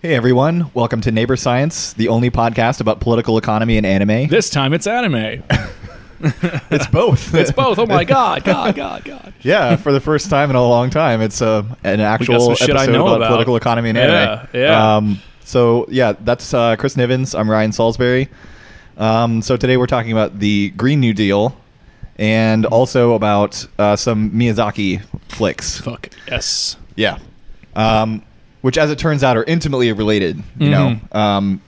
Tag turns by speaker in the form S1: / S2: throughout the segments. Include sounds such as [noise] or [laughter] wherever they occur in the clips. S1: Hey everyone, welcome to Neighbor Science, the only podcast about political economy and anime.
S2: This time it's anime.
S1: [laughs] It's both.
S2: [laughs] It's both. Oh my god, god, god, god.
S1: [laughs] yeah, for the first time in a long time, it's uh, an actual
S2: some shit
S1: episode
S2: I know
S1: about,
S2: about.
S1: political economy and anime.
S2: Yeah, yeah.
S1: Um, so yeah, that's uh, Chris Nivens. I'm Ryan Salisbury. Um, so today we're talking about the Green New Deal, and also about uh, some Miyazaki flicks.
S2: Fuck yes.
S1: Yeah. Um, which, as it turns out, are intimately related. You
S2: Mhm.
S1: know, um,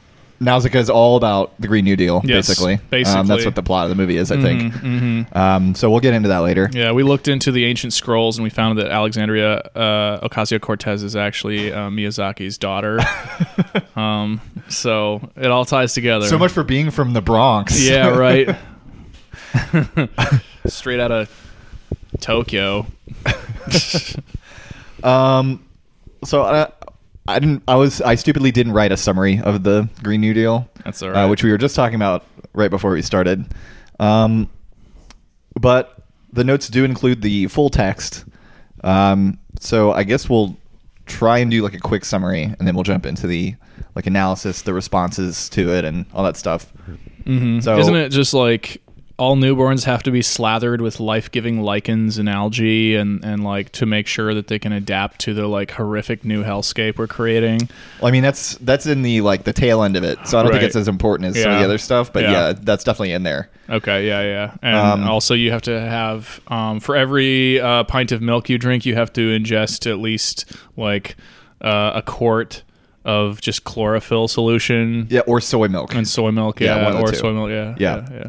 S1: Nausicaa is all about the Green New Deal,
S2: Yes,
S1: basically. Um, that's
S2: basically.
S1: what the plot of the movie is, I think.
S2: Mhm, mhm.
S1: Um, so we'll get into that later.
S2: Yeah, we looked into the ancient scrolls and we found that Alexandria uh, Ocasio Cortez is actually uh, Miyazaki's
S1: [laughs]
S2: daughter. um, so it all ties together.
S1: [laughs] So much for being from the Bronx.
S2: [laughs]
S1: [laughs]
S2: Yeah, right. Straight out of Tokyo.
S1: um, so I, I didn't. I was. I stupidly didn't write a summary of the Green New Deal.
S2: That's all right.
S1: Uh, which we were just talking about right before we started. Um, but the notes do include the full text. Um, so I guess we'll try and do like a quick summary, and then we'll jump into the like analysis, the responses to it, and all that stuff.
S2: Mhm.
S1: So-
S2: Isn't it just like all newborns have to be slathered with life-giving lichens and algae and, and like to make sure that they can adapt to the like horrific new hellscape we're creating?
S1: Well, I mean that's that's in the like the tail end of it, so I don't
S2: Right.
S1: think it's as important as some of the
S2: Yeah.
S1: other stuff. But
S2: Yeah.
S1: yeah, that's definitely in there.
S2: Okay, yeah, yeah. And
S1: Um,
S2: also you have to have um, for every uh, pint of milk you drink, you have to ingest at least like uh, a quart of just chlorophyll solution
S1: Yeah, or soy milk.
S2: and soy milk,
S1: Yeah,
S2: yeah,
S1: one of the
S2: or
S1: two.
S2: soy milk, yeah.
S1: Yeah.
S2: yeah,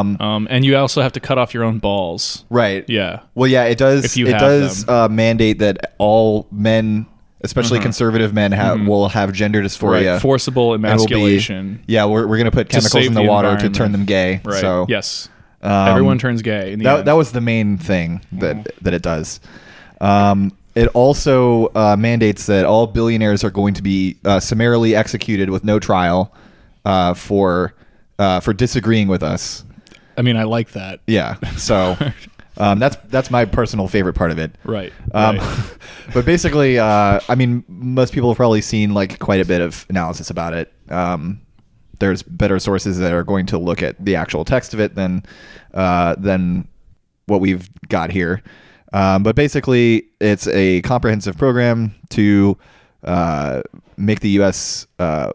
S1: Um,
S2: yeah. Um, and you also have to cut off your own balls.
S1: right.
S2: Oh, Yeah.
S1: Well, yeah, it does.
S2: If you
S1: it
S2: have
S1: does
S2: them. Mm-hmm.
S1: uh, mandate that all men, especially conservative men, have will have gender dysphoria.
S2: Right. Forcible
S1: and will be-
S2: emasculation.
S1: yeah, we're, we're gonna put chemicals
S2: save
S1: in the,
S2: the
S1: water to
S2: environment.
S1: turn them gay.
S2: Right.
S1: So
S2: yes.
S1: um,
S2: Everyone turns gay. In the
S1: that
S2: end.
S1: that was the main thing that
S2: Mm-hmm.
S1: that it does. Um, it also uh, mandates that all billionaires are going to be uh, summarily executed with no trial uh, for uh, for disagreeing with us.
S2: I mean, I like that.
S1: Yeah.
S2: [laughs]
S1: So um, that's that's my personal favorite part of it.
S2: Right.
S1: Um,
S2: right.
S1: [laughs] but basically, uh, I mean, most people have probably seen like quite a bit of analysis about it. Um, there's better sources that are going to look at the actual text of it than uh, than what we've got here. Um, but basically, it's a comprehensive program to uh, make the U.S. Uh,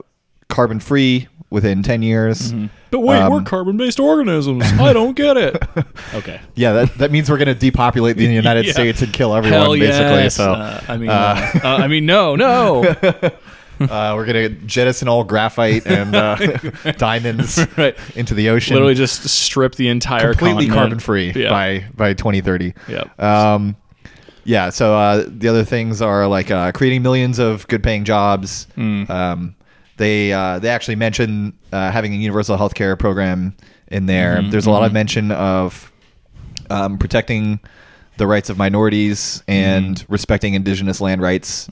S1: carbon free within 10 years.
S2: But wait,
S1: um,
S2: we're carbon-based organisms. I don't
S1: [laughs]
S2: get it. Okay.
S1: Yeah, that, that means we're going to depopulate
S2: [laughs]
S1: the United
S2: Yeah.
S1: States and kill everyone,
S2: Hell
S1: basically.
S2: yes.
S1: So
S2: Uh, I mean, uh, uh, I mean,
S1: [laughs]
S2: no, no.
S1: Uh, we're gonna jettison all graphite and uh, [laughs] diamonds
S2: Right.
S1: into the ocean.
S2: Literally, just strip the entire
S1: completely
S2: continent.
S1: carbon free
S2: Yeah.
S1: by by 2030.
S2: Yep.
S1: Um, yeah. So uh, the other things are like uh, creating millions of good paying jobs.
S2: Hmm.
S1: Um, they uh, they actually mention uh, having a universal health care program in there.
S2: Mm-hmm,
S1: There's a lot of mention of um, protecting the rights of minorities and
S2: Mm-hmm.
S1: respecting indigenous land rights.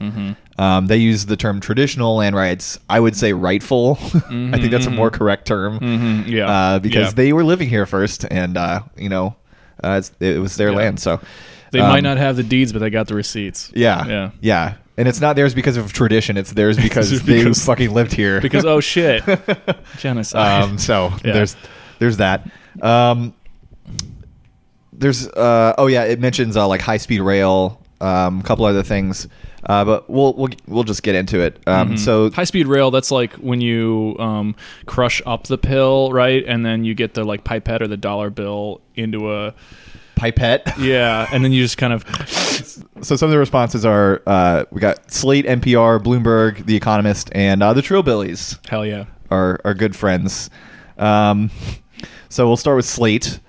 S1: Um, they use the term traditional land rights. I would say rightful. [laughs] I think
S2: Mm-hmm.
S1: that's a more correct term
S2: Mm, yeah.
S1: uh, because
S2: Yeah.
S1: they were living here first, and uh, you know, uh, it's, it was their
S2: Yeah.
S1: land. So
S2: they
S1: um,
S2: might not have the deeds, but they got the receipts.
S1: Yeah,
S2: Yeah.
S1: yeah. And it's not theirs because of tradition. It's
S2: [laughs]
S1: theirs because,
S2: Because-
S1: they fucking lived here.
S2: Because oh shit,
S1: [laughs]
S2: genocide.
S1: um, so
S2: [laughs] Yeah.
S1: there's there's that. Um, there's uh, oh yeah, it mentions uh, like high speed rail, um, a couple other things, uh, but we'll we'll we'll just get into it. Um,
S2: Mm-hmm.
S1: So
S2: High speed rail, that's like when you um, crush up the pill, right? And then you get the like pipette or the dollar bill into a
S1: pipette.
S2: yeah, and then you just kind of
S1: So some of the responses are uh, we got Slate, NPR, Bloomberg, The Economist, and uh, the Trillbillies.
S2: hell yeah.
S1: our, our good friends. Um, so we'll start with Slate,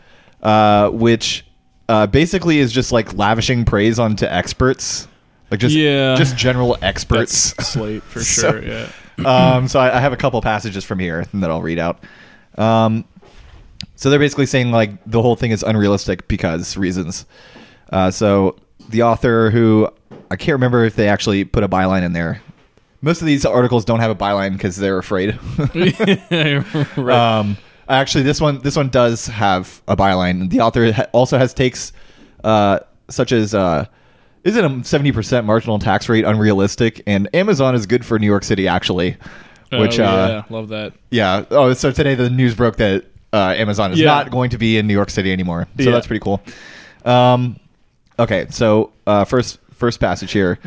S1: uh, which uh, basically is just like lavishing praise onto experts, like just
S2: Yeah.
S1: just general experts.
S2: That's slate for
S1: [laughs] So-
S2: sure. yeah. [laughs]
S1: um, so I, I have a couple passages from here that I'll read out. Um, so they're basically saying like the whole thing is unrealistic because reasons. Uh, so the author who I can't remember if they actually put a byline in there. Most of these articles don't have a byline because they're afraid. [laughs]
S2: right.
S1: Um, actually, this one this one does have a byline. The author ha- also has takes uh, such as uh, Isn't a 70% marginal tax rate unrealistic? And Amazon is good for New York City, actually. Which,
S2: Oh,
S1: uh,
S2: yeah, love that.
S1: yeah. Oh, so today the news broke that uh, Amazon is
S2: Yeah.
S1: not going to be in New York City anymore. So
S2: Yeah.
S1: that's pretty cool. Um, okay, so uh, first first passage here.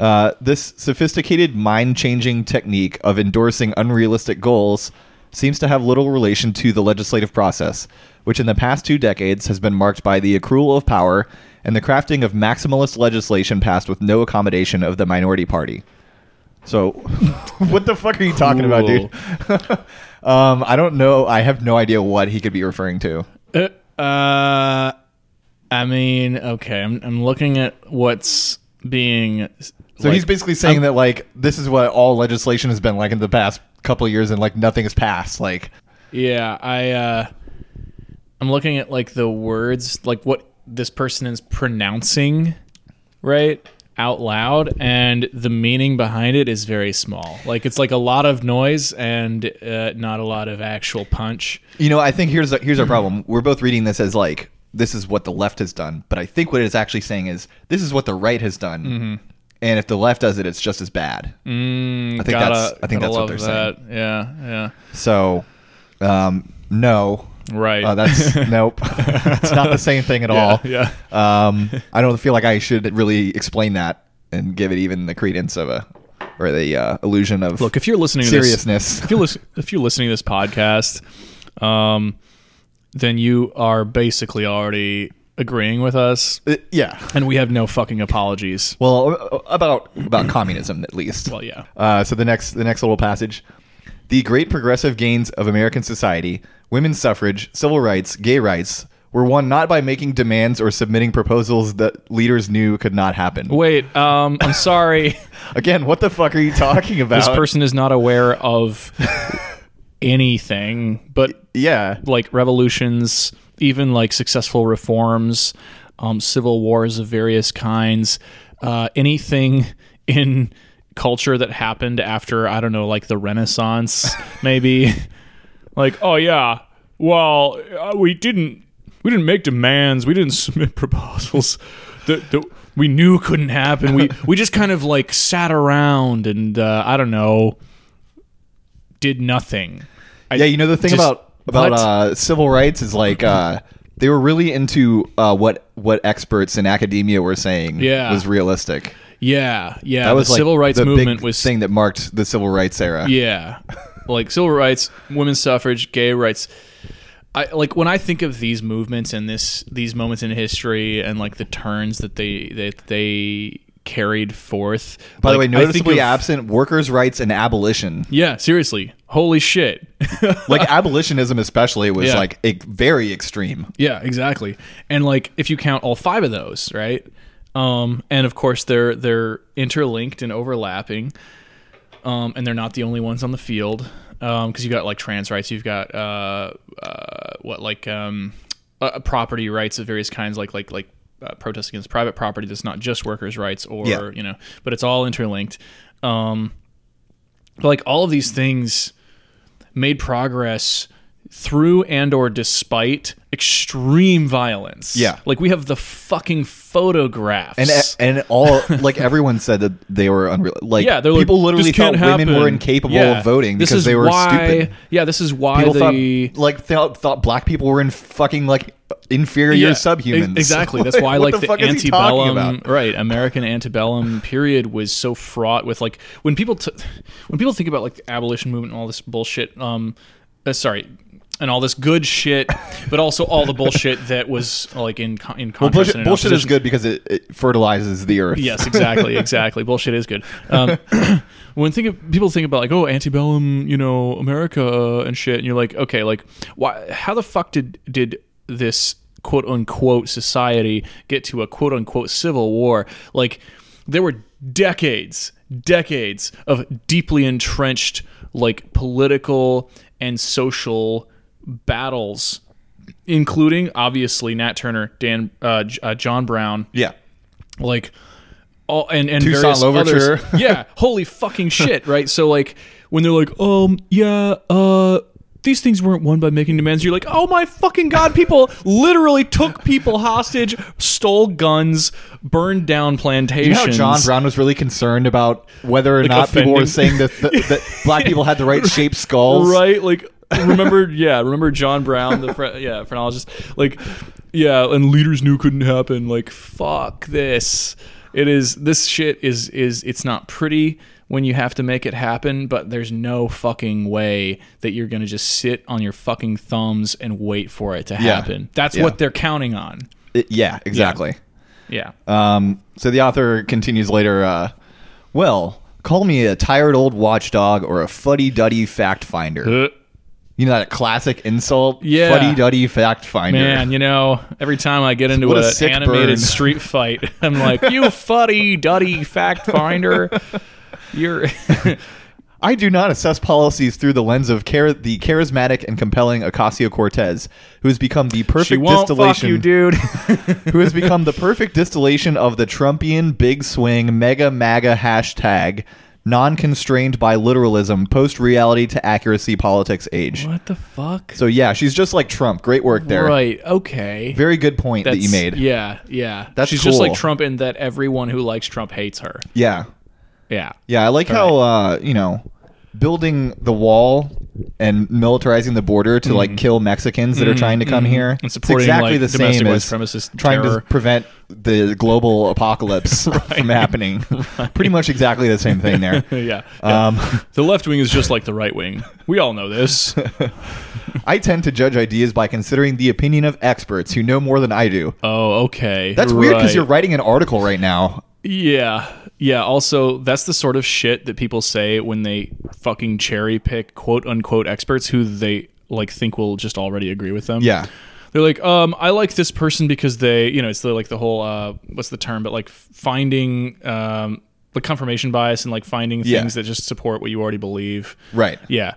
S1: Uh, this sophisticated mind changing technique of endorsing unrealistic goals seems to have little relation to the legislative process, which in the past two decades has been marked by the accrual of power and the crafting of maximalist legislation passed with no accommodation of the minority party. So, [laughs] what the fuck are you talking about,
S2: Cool.
S1: dude? [laughs] um, I don't know. I have no idea what he could be referring to.
S2: Uh, uh, I mean, okay, I'm I'm looking at what's being.
S1: So he's basically saying that like this is what all legislation has been like in the past couple of years, and like nothing has passed. Like,
S2: Yeah, I uh I'm looking at like the words, like what this person is pronouncing, right? Out loud and the meaning behind it is very small. Like it's like a lot of noise and uh, not a lot of actual punch.
S1: you know, I think here's here's our problem. [clears throat] We're both reading this as like this is what the left has done, but I think what it's actually saying is this is what the right has done, and if the left does it, it's just as bad. I think
S2: Gotta-
S1: that's I think
S2: gotta
S1: that's what
S2: love
S1: they're
S2: that. Yeah,
S1: saying. So, um, no,
S2: yeah. Right.
S1: uh, that's [laughs] nope. it's not the same thing at all.
S2: yeah.
S1: Um, I don't feel like I should really explain that and give it even the credence of a or the uh, illusion of
S2: [laughs] Look, if you're listening to this,
S1: seriousness.
S2: if you listen, if you're listening to this podcast, um, then you are basically already agreeing with us,
S1: Uh, yeah.
S2: and we have no fucking apologies.
S1: Well, uh, about about communism at least.
S2: Well, yeah.
S1: Uh, so the next the next little passage, the great progressive gains of American society, women's suffrage, civil rights, gay rights were won not by making demands or submitting proposals that leaders knew could not happen.
S2: Wait, um, I'm sorry.
S1: Again, what the fuck are you talking about?
S2: this person is not aware of anything, but
S1: yeah.
S2: like revolutions, even like successful reforms, um, civil wars of various kinds, uh, anything [laughs] in culture that happened after I don't know, like the Renaissance, maybe. like, oh yeah, well, uh, we didn't we didn't make demands, we didn't [laughs] submit proposals that, that we knew couldn't happen. We we just kind of like sat around and uh, I don't know, did nothing. I-
S1: Yeah, you know the thing
S2: just-
S1: about about
S2: what?
S1: uh, civil rights is like uh, they were really into uh, what what experts in academia were saying
S2: Yeah.
S1: was realistic.
S2: Yeah, yeah.
S1: That
S2: the
S1: was like
S2: civil rights
S1: the big
S2: movement was
S1: thing that marked the civil rights era.
S2: yeah, like civil rights, women's suffrage, gay rights. I like when I think of these movements and this these moments in history and like the turns that they that they carried forth.
S1: By the way,
S2: like, I think
S1: noticeably
S2: of-
S1: absent workers' rights and abolition.
S2: Yeah, seriously. Holy shit. [laughs]
S1: Like abolitionism, especially, was
S2: Yeah.
S1: like a very extreme.
S2: Yeah, exactly. And like if you count all five of those, right? Um, and of course they're they're interlinked and overlapping. Um, and they're not the only ones on the field because you've got like trans rights, you've got uh, uh, what like um, uh, property rights of various kinds, like like like uh, protests against private property. That's not just workers' rights, or
S1: Yeah.
S2: you know, but it's all interlinked. Um, but, like all of these things made progress through and or despite extreme violence.
S1: Yeah.
S2: Like we have the fucking photographs.
S1: And, e- and all like everyone said that they were unreal. Like
S2: yeah, they're like,
S1: people literally
S2: "This can't
S1: thought women
S2: happen."
S1: were incapable
S2: Yeah.
S1: of voting
S2: This
S1: because
S2: is
S1: they were
S2: why-
S1: stupid.
S2: Yeah, this is why
S1: People
S2: the
S1: thought like thought, thought black people were in fucking like inferior
S2: yeah,
S1: subhumans. [laughs]
S2: ex- Exactly. That's why
S1: What
S2: like the,
S1: fuck is he talking
S2: antebellum
S1: about?
S2: right, American antebellum period was so fraught with like when people t- when people think about like the abolition movement and all this bullshit um uh, sorry and all this good shit, but also all the bullshit that was like in con- in contrast and
S1: Bullshit,
S2: in
S1: bullshit is
S2: opposition-
S1: good because it, it fertilizes the earth.
S2: Yes, exactly, exactly. Bullshit is good. Um, [coughs] when think of, people think about like, oh, antebellum, you know, America uh, and shit, and you're like, okay, like, why? How the fuck did did this quote unquote society get to a quote unquote civil war? Like, there were decades, decades of deeply entrenched like political and social battles. Including obviously Nat Turner, Dan, uh, J- uh, John Brown,
S1: Yeah.
S2: like all and and
S1: Tucson
S2: various
S1: Louverture.
S2: [laughs] others. yeah, holy fucking shit, right? So like when they're like, um, yeah, uh, these things weren't won by making demands. You're like, oh my fucking god, people literally took people hostage, stole guns, burned down
S1: You
S2: plantations.
S1: know how John Brown was really concerned about whether or not people were saying
S2: offending-
S1: that, that,
S2: [laughs]
S1: that black people had the right shaped skulls.
S2: right? Like remember, [laughs] yeah, remember John Brown, the phre- yeah phrenologist, like yeah, and leaders knew couldn't happen. Like fuck this. It is this shit is is it's not pretty when you have to make it happen, but there's no fucking way that you're gonna just sit on your fucking thumbs and wait for it to happen. That's
S1: Yeah.
S2: what they're counting on.
S1: It- yeah, exactly.
S2: Yeah.
S1: Um, so the author continues later. Uh, well, call me a tired old watchdog or a fuddy duddy fact finder.
S2: Uh,
S1: You know that classic insult,
S2: Yeah.
S1: fuddy duddy fact finder.
S2: Man, you know, every time I get into
S1: What a
S2: an
S1: sick
S2: animated
S1: burn. [laughs]
S2: street fight, I'm like, you fuddy duddy fact finder. You're [laughs]
S1: I do not assess policies through the lens of char- the charismatic and compelling Ocasio Cortez, who has become the perfect
S2: she won't fuck
S1: distillation.
S2: you, dude.
S1: [laughs] who has become the perfect distillation of the Trumpian big swing mega MAGA hashtag, non constrained by literalism, post reality to accuracy politics age.
S2: what the fuck?
S1: So, yeah, she's just like Trump. Great work there.
S2: Right. Okay.
S1: Very good point that you made.
S2: Yeah. Yeah.
S1: That's
S2: She's just like
S1: cool.
S2: Trump in that everyone who likes Trump hates her.
S1: Yeah.
S2: Yeah.
S1: Yeah, I like how, uh, you know, building the wall and militarizing the border to like kill Mexicans that are trying to come here.
S2: Mm-hmm. And
S1: it's
S2: supporting,
S1: exactly
S2: like,
S1: the
S2: domestic
S1: same
S2: white
S1: as
S2: supremacist
S1: trying
S2: terror.
S1: to prevent the global
S2: [laughs]
S1: apocalypse from happening. Pretty much exactly the same thing there.
S2: [laughs] Yeah.
S1: Um, [laughs]
S2: the left wing is just like the right wing. We all know this.
S1: I tend to judge ideas by considering the opinion of experts who know more than I do.
S2: Oh, okay.
S1: That's weird
S2: Right.
S1: because you're writing an article right now.
S2: Yeah. Yeah. Also, that's the sort of shit that people say when they fucking cherry pick quote unquote experts who they like think will just already agree with them.
S1: Yeah.
S2: They're like, um, I like this person because they, you know, it's the, like the whole, uh, what's the term, but like finding, um, like confirmation bias and like finding
S1: Yeah.
S2: things that just support what you already believe.
S1: Right.
S2: Yeah.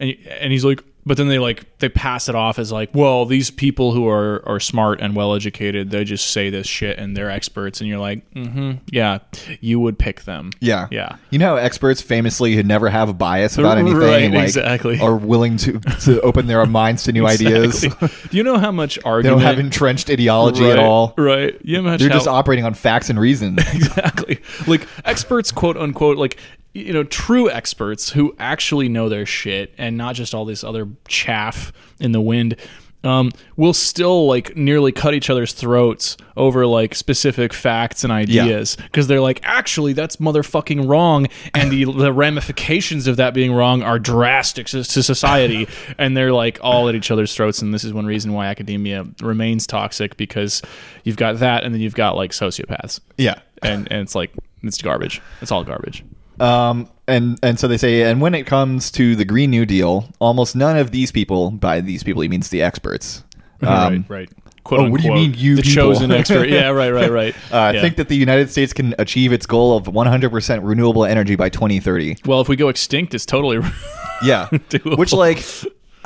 S2: And and he's like but then they like they pass it off as like, well, these people who are are smart and well educated, they just say this shit and they're experts and you're like, "Mhm. Yeah, you would pick them."
S1: Yeah.
S2: Yeah.
S1: You know, how experts famously who never have a bias about anything
S2: Right,
S1: and, like,
S2: exactly.
S1: are willing to, to open their minds to new ideas.
S2: [laughs] Exactly. Do you know how much
S1: They
S2: argument
S1: don't have entrenched ideology
S2: right,
S1: at all.
S2: Right. You know how much
S1: They're just
S2: how-
S1: operating on facts and
S2: [laughs]
S1: reason.
S2: exactly. Like experts quote unquote like you know, true experts who actually know their shit and not just all this other chaff in the wind um, will still like nearly cut each other's throats over like specific facts and ideas because they're like, actually, that's motherfucking wrong. And the, the ramifications of that being wrong are drastic to, to society. and they're like all at each other's throats. And this is one reason why academia remains toxic because you've got that and then you've got like sociopaths
S1: yeah.
S2: and and it's like it's garbage. It's all garbage.
S1: Um, and and so they say, and when it comes to the Green New Deal, almost none of these people, by these people, he means the experts, um,
S2: right, right. Quote,
S1: oh, what do you mean, you
S2: the
S1: people?
S2: chosen expert? Yeah, right, right, right.
S1: [laughs] uh,
S2: Yeah.
S1: think that the United States can achieve its goal of 100% renewable energy by 2030.
S2: well, if we go extinct, it's totally
S1: [laughs] Yeah.
S2: [laughs] Doable.
S1: Which, like,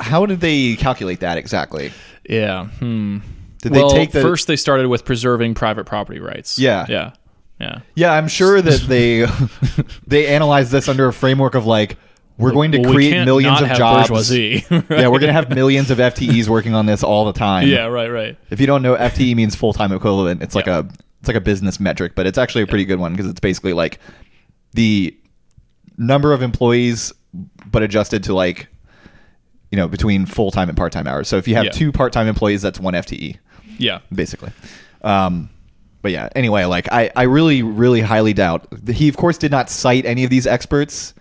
S1: how did they calculate that exactly?
S2: yeah. Hmm.
S1: Did
S2: well,
S1: they take the.
S2: first they started with preserving private property rights.
S1: Yeah.
S2: yeah, yeah.
S1: yeah, I'm sure
S2: [laughs]
S1: that they they analyzed this under a framework of, like, we're going to
S2: Well, we
S1: create
S2: can't
S1: millions
S2: not
S1: of
S2: have
S1: jobs. [laughs]
S2: Bourgeoisie. [laughs]
S1: Yeah, we're going to have millions of FTEs working on this all the time.
S2: yeah, right, right.
S1: If you don't know, FTE means full time equivalent. It's like
S2: Yeah.
S1: a it's like a business metric, but it's actually a pretty good one because it's basically like the number of employees, but adjusted to like you know between full time and part time hours. So if you have
S2: Yeah.
S1: two part time employees, that's one E. FTE
S2: Yeah,
S1: basically. Um, but yeah, anyway, like I, I really, really highly doubt. He, of course, did not cite any of these experts,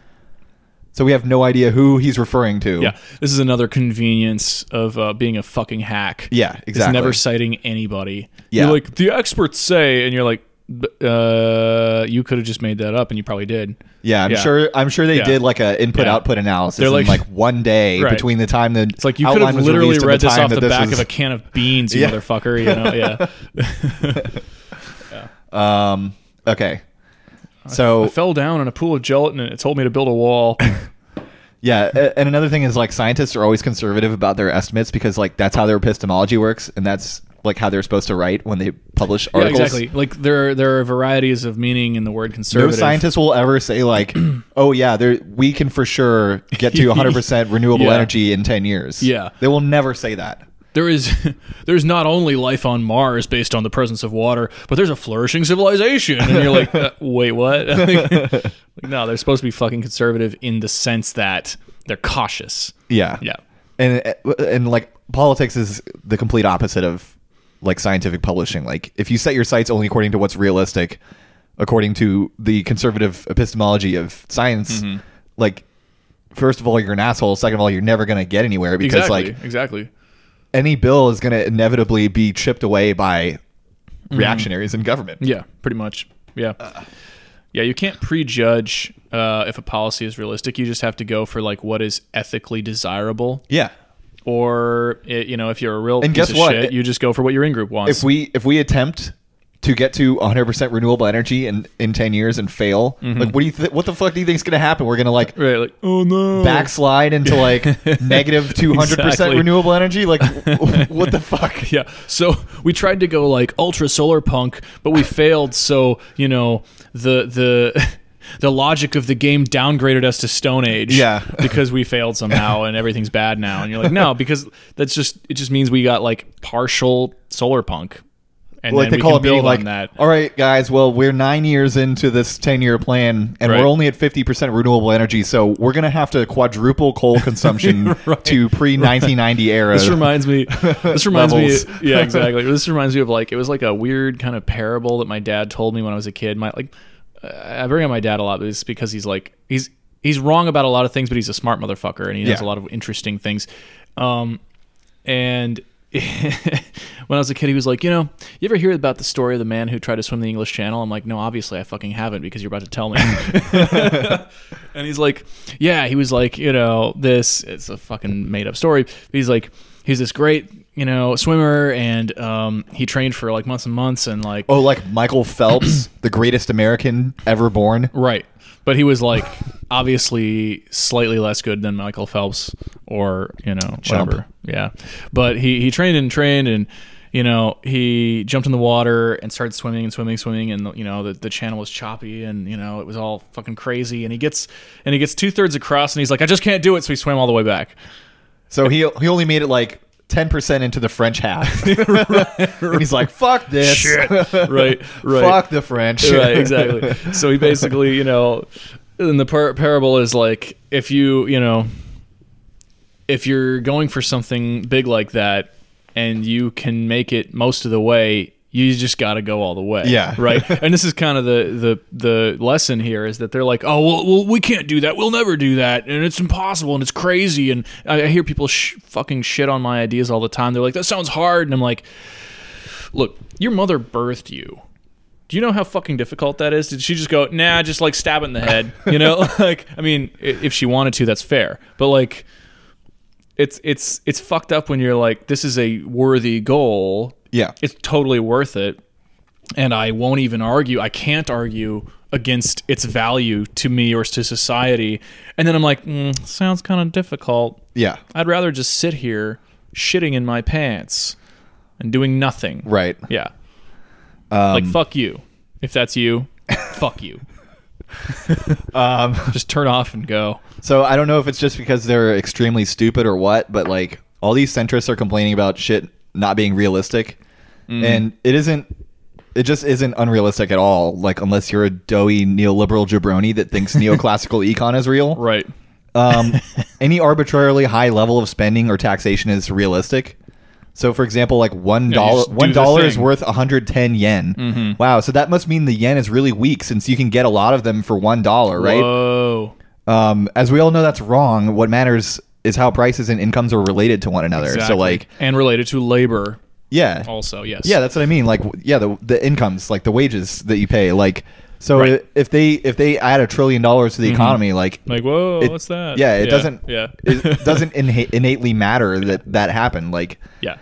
S1: so we have no idea who he's referring to.
S2: yeah. This is another convenience of uh, being a fucking hack.
S1: Yeah,
S2: It's
S1: exactly.
S2: never citing anybody.
S1: Yeah.
S2: You're like, the experts say, and you're like, "B- uh, you could have just made that up, and you probably did.
S1: Yeah, I'm
S2: Yeah.
S1: sure. I'm sure they
S2: Yeah.
S1: did like a input
S2: Yeah.
S1: output analysis.
S2: They're
S1: in
S2: like-
S1: like one day
S2: [laughs] Right.
S1: between the time that
S2: It's like you could have literally read this off the back of a can of beans,
S1: [laughs]
S2: you
S1: Yeah.
S2: motherfucker. You know,
S1: [laughs]
S2: yeah.
S1: a. Um, okay, so
S2: I fell down in a pool of gelatin and it told me to build
S1: [laughs]
S2: a wall.
S1: yeah, a- and another thing is like scientists are always conservative about their estimates because like that's how their epistemology works, and that's like how they're supposed to write when they publish
S2: Yeah,
S1: articles.
S2: exactly. Like there, are, there are varieties of meaning in the word
S1: No
S2: conservative.
S1: scientist will ever say like, [clears throat] "Oh yeah, there we can for sure get
S2: [laughs]
S1: to 100% renewable
S2: Yeah.
S1: energy in 10 years."
S2: Yeah.
S1: They will never say that.
S2: There is, [laughs] there's not only life on Mars based on the presence of water, but there's a flourishing civilization. And
S1: [laughs]
S2: you're like, uh, wait, what? [laughs] like, no, they're supposed to be fucking conservative in the sense that they're cautious.
S1: Yeah.
S2: Yeah.
S1: And and like politics is the complete opposite of like scientific publishing. Like if you set your sights only according to what's realistic, according to the conservative epistemology of science,
S2: Mm-hmm.
S1: like first of all you're an asshole, second of all you're never going to get anywhere because
S2: Exactly.
S1: like
S2: exactly.
S1: any bill is going to inevitably be chipped away by reactionaries in government.
S2: Yeah, pretty much. Yeah. yeah, you can't prejudge uh, if a policy is realistic. You just have to go for like what is ethically desirable,
S1: Yeah.
S2: or it, you know, if you're a real
S1: And
S2: piece
S1: guess
S2: of
S1: what?
S2: shit, you just go for what your in group wants.
S1: If we if we attempt to get to 100% renewable energy in, in 10 years and fail,
S2: Mm-hmm.
S1: like what do you th- what the fuck do you think is going to happen? We're going to like
S2: right, like oh no,
S1: backslide into
S2: [laughs]
S1: like negative 200%
S2: Exactly.
S1: renewable energy
S2: [laughs]
S1: like w- what the fuck
S2: Yeah. So we tried to go like ultra solar punk, but we failed. So you know the the [laughs] the logic of the game downgraded us to Stone Age.
S1: Yeah.
S2: [laughs] Because we failed somehow and everything's bad now. And you're like, no, because that's just it. Just means we got like partial solar punk. And
S1: like
S2: then
S1: they
S2: we
S1: call
S2: can
S1: it being
S2: build
S1: like
S2: on that.
S1: all right guys well we're nine years into this 10 year plan and
S2: Right.
S1: we're only at 50% renewable energy so we're gonna have to quadruple coal consumption
S2: [laughs]
S1: to pre-1990 era
S2: This reminds me.
S1: [laughs]
S2: This reminds me.
S1: Levels.
S2: Yeah,
S1: [laughs]
S2: exactly. This reminds me of like it was like a weird kind of parable that my dad told me when I was a kid. My like, uh, I bring up my dad a lot, but it's because he's like he's he's wrong about a lot of things, but he's a smart motherfucker and he knows
S1: Yeah.
S2: a lot of interesting things. Um, and [laughs] when I was a kid, he was like, you know, you ever hear about the story of the man who tried to swim the English Channel? I'm like, no, obviously I fucking haven't because you're about to tell me. And he's like, yeah, he was like, you know, this, it's a fucking made up story. He's like, he's this great, you know, swimmer and um, he trained for like months and months and like,
S1: oh like michael
S2: [clears throat]
S1: phelps the greatest american ever born
S2: right. But he was like, [laughs] obviously slightly less good than Michael Phelps or, you know, whatever. Yeah. But he, he trained and trained and, you know, he jumped in the water and started swimming and swimming, swimming, and you know the, the channel was choppy and you know it was all fucking crazy. And he gets and he gets two thirds across and he's like, I just can't do it, so he swam all the way back.
S1: so he, he only made it like 10% into the french
S2: [laughs]
S1: half and he's like fuck this [laughs]
S2: right, right,
S1: fuck the french
S2: [laughs] right, exactly. So he basically, you know, and the par- parable is like if you, you know, if you're going for something big like that, and you can make it most of the way. You just got to go all the way,
S1: Yeah.
S2: right. And this is kind of the the the lesson here is that they're like, oh, well, well we can't do that. We'll never do that, and it's impossible, and it's crazy. And I, I hear people sh- fucking shit on my ideas all the time. They're like, that sounds hard, and I'm like, look, your mother birthed you. Do you know how fucking difficult that is? Did she just go, nah, just like stab it in the head? You know, [laughs] like I mean, i- if she wanted to, that's fair. But like, it's it's it's fucked up when you're like, this is a worthy goal.
S1: [laughs] yeah
S2: It's totally worth it, and I won't even argue. I can't argue against its value to me or to society. And then I'm like, mm, sounds kind of difficult.
S1: yeah
S2: I'd rather just sit here shitting in my pants and doing nothing.
S1: right
S2: Yeah. like fuck you. If that's you, fuck you.
S1: [laughs] um
S2: [laughs] Just turn off and go.
S1: So I don't know if it's just because they're extremely stupid or what, but like all these centrists are complaining about shit not being realistic,
S2: Mm.
S1: and it isn't. It just isn't unrealistic at all. Like unless you're a doughy neoliberal jabroni that
S2: [laughs]
S1: thinks neoclassical econ is real,
S2: Right. [laughs]
S1: um, any arbitrarily high level of spending or taxation is realistic. So, for example, like one dollar,
S2: just do
S1: one
S2: the
S1: dollar is
S2: thing. Mm-hmm.
S1: worth 110 yen. Wow, so that must mean the yen is really weak since you can get a lot of them for one dollar, right?
S2: Whoa.
S1: Um, as we all know, that's wrong. What matters is how prices and incomes are related to one another.
S2: Exactly.
S1: So, like,
S2: and related to labor
S1: yeah,
S2: also, yes.
S1: yeah, that's what I mean. Like, w- yeah, the the incomes, like the wages that you pay, like, so
S2: Right. Mm-hmm.
S1: i- if they if they add a trillion dollars to the economy, like,
S2: like, whoa,
S1: it-
S2: what's that?
S1: Yeah, it doesn't.
S2: Yeah. [laughs]
S1: it doesn't inha- innately matter that that happened. Like,
S2: yeah.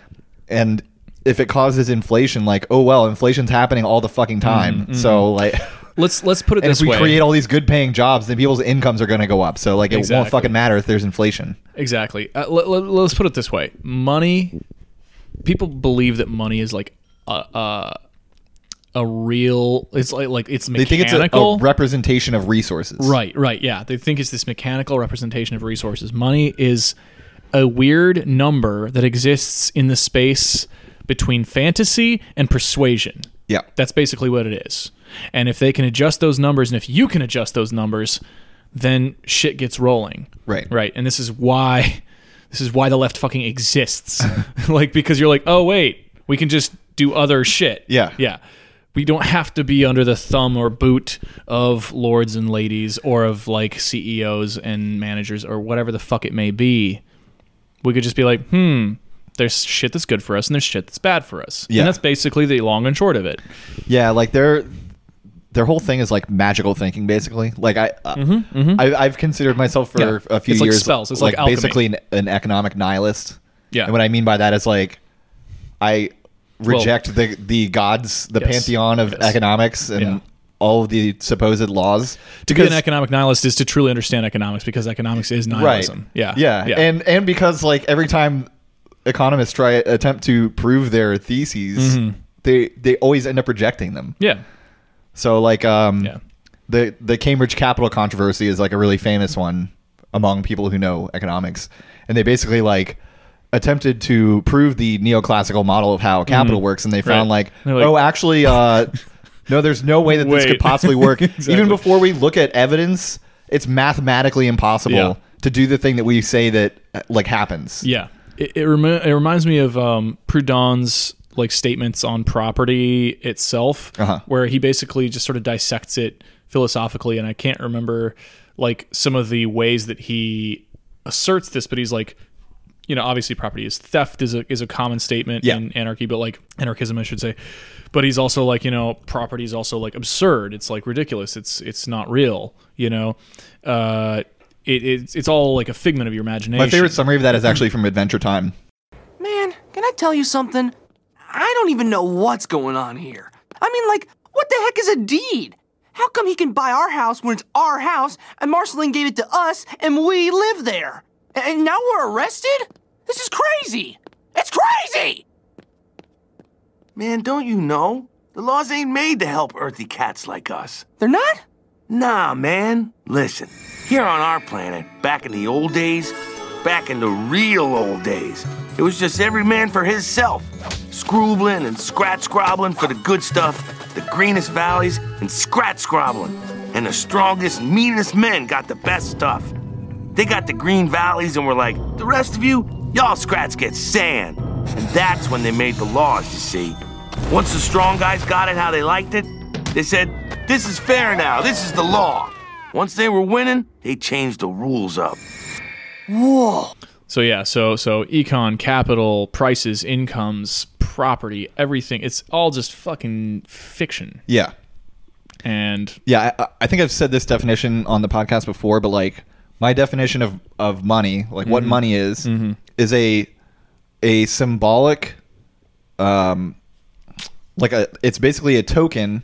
S1: and if it causes inflation, like, oh well, inflation's happening all the fucking time. So
S2: [laughs]
S1: like.
S2: Let's let's put it
S1: And
S2: Mm-hmm, this
S1: if we
S2: way.
S1: create all these good-paying jobs, then people's incomes are going to go up. So, like, it won't
S2: Exactly.
S1: fucking matter if there's inflation.
S2: exactly. Uh, let, let, let's put it this way. Money people believe that money is like a a, a real. It's like like it's
S1: They
S2: mechanical.
S1: think it's a, a representation of resources.
S2: Right, right, yeah. They think it's this mechanical representation of resources. Money is a weird number that exists in the space between fantasy and persuasion.
S1: Yeah.
S2: That's basically what it is. And if they can adjust those numbers, and if you can adjust those numbers, then shit gets rolling.
S1: Right.
S2: Right. And this is why [laughs] this is why the left fucking exists.
S1: [laughs]
S2: [laughs] like because you're like, oh wait, we can just do other shit.
S1: Yeah.
S2: Yeah. We don't have to be under the thumb or boot of lords and ladies or of like CEOs and managers or whatever the fuck it may be. We could just be like, hmm, there's shit that's good for us and there's shit that's bad for us.
S1: Yeah.
S2: And that's basically the long and short of it.
S1: Yeah, like their their whole thing is like magical thinking, basically. Like I, uh, I I've considered myself for
S2: Mm-hmm, Yeah.
S1: a few
S2: It's like
S1: years
S2: spells. It's like alchemy.
S1: basically an, an economic nihilist.
S2: Yeah.
S1: and what I mean by that is like I reject the the gods, the
S2: Yes.
S1: pantheon of
S2: Yes.
S1: economics, and
S2: Yeah.
S1: all of the supposed laws.
S2: To be an economic nihilist is to truly understand economics because economics is nihilism. Yeah.
S1: yeah, and and because like every time economists try attempt to prove their theses,
S2: Mm-hmm.
S1: they they always end up rejecting them.
S2: yeah.
S1: So like um
S2: Yeah.
S1: the the Cambridge Capital controversy is like a really famous one among people who know economics. And they basically like attempted to prove the neoclassical model of how capital works and they found
S2: Mm-hmm. Right.
S1: like,
S2: They're like-
S1: oh actually
S2: [laughs]
S1: uh no there's no way that this
S2: Wait.
S1: could possibly
S2: [laughs]
S1: work.
S2: Exactly.
S1: Even before we look at evidence, it's mathematically impossible
S2: Yeah.
S1: to do the thing that we say that uh, like happens.
S2: Yeah, it it, remi- it reminds me of um, Proudhon's like statements on property itself,
S1: Uh-huh.
S2: where he basically just sort of dissects it philosophically. And I can't remember like some of the ways that he asserts this, but he's like, you know, obviously property is theft is a is a common statement
S1: Yeah.
S2: in anarchy, but like anarchism, I should say. But he's also like, you know, property is also like absurd. It's like ridiculous. It's it's not real. You know, uh, it, it's it's all like a figment of your imagination.
S1: My favorite summary of that is actually from Adventure Time.
S3: Man, can I tell you something? I don't even know what's going on here. I mean, like, what the heck is a deed? How come he can buy our house when it's our house and Marceline gave it to us and we live there? A- And now we're arrested? This is crazy! It's crazy!
S4: Man, don't you know? The laws ain't made to help earthy cats like us.
S3: They're not?
S4: Nah, man. Listen, here on our planet, back in the old days, back in the real old days, it was just every man for himself, scroobling and scratch scrobbling for the good stuff, the greenest valleys, and scratch scrobbling. And the strongest, meanest men got the best stuff. They got the green valleys and were like, the rest of you, y'all scrats get sand. And that's when they made the laws, you see. Once the strong guys got it how they liked it, they said, this is fair now, this is the law. Once they were winning, they changed the rules up.
S2: So yeah, so so econ, capital, prices, incomes, property, everything. It's all just fucking fiction.
S1: Yeah.
S2: And
S1: yeah I, I think i've said this definition on the podcast before but like my definition of of money like
S2: Mm-hmm.
S1: what money is is a a symbolic um like a it's basically a token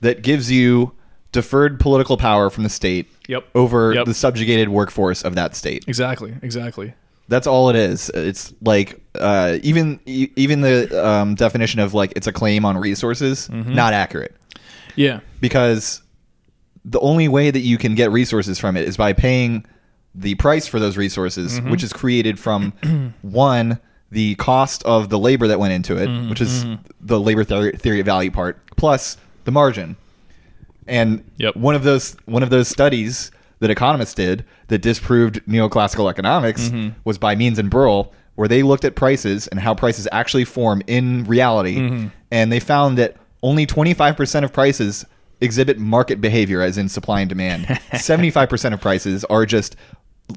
S1: that gives you deferred political power from the state
S2: Yep.
S1: over
S2: Yep.
S1: the subjugated workforce of that state
S2: exactly, exactly.
S1: that's all it is it's like uh even e- even the um definition of like it's a claim on resources
S2: Mm-hmm.
S1: not accurate
S2: Yeah.
S1: because the only way that you can get resources from it is by paying the price for those resources, which is created from [clears throat] one the cost of the labor that went into it, which is the labor theory, theory of value part, plus the margin. And
S2: Yep.
S1: one of those one of those studies that economists did that disproved neoclassical economics
S2: Mm-hmm.
S1: was by Means and Burl, where they looked at prices and how prices actually form in reality,
S2: Mm-hmm.
S1: and they found that only 25% of prices exhibit market behavior, as in supply and demand.
S2: [laughs]
S1: 75% of prices are just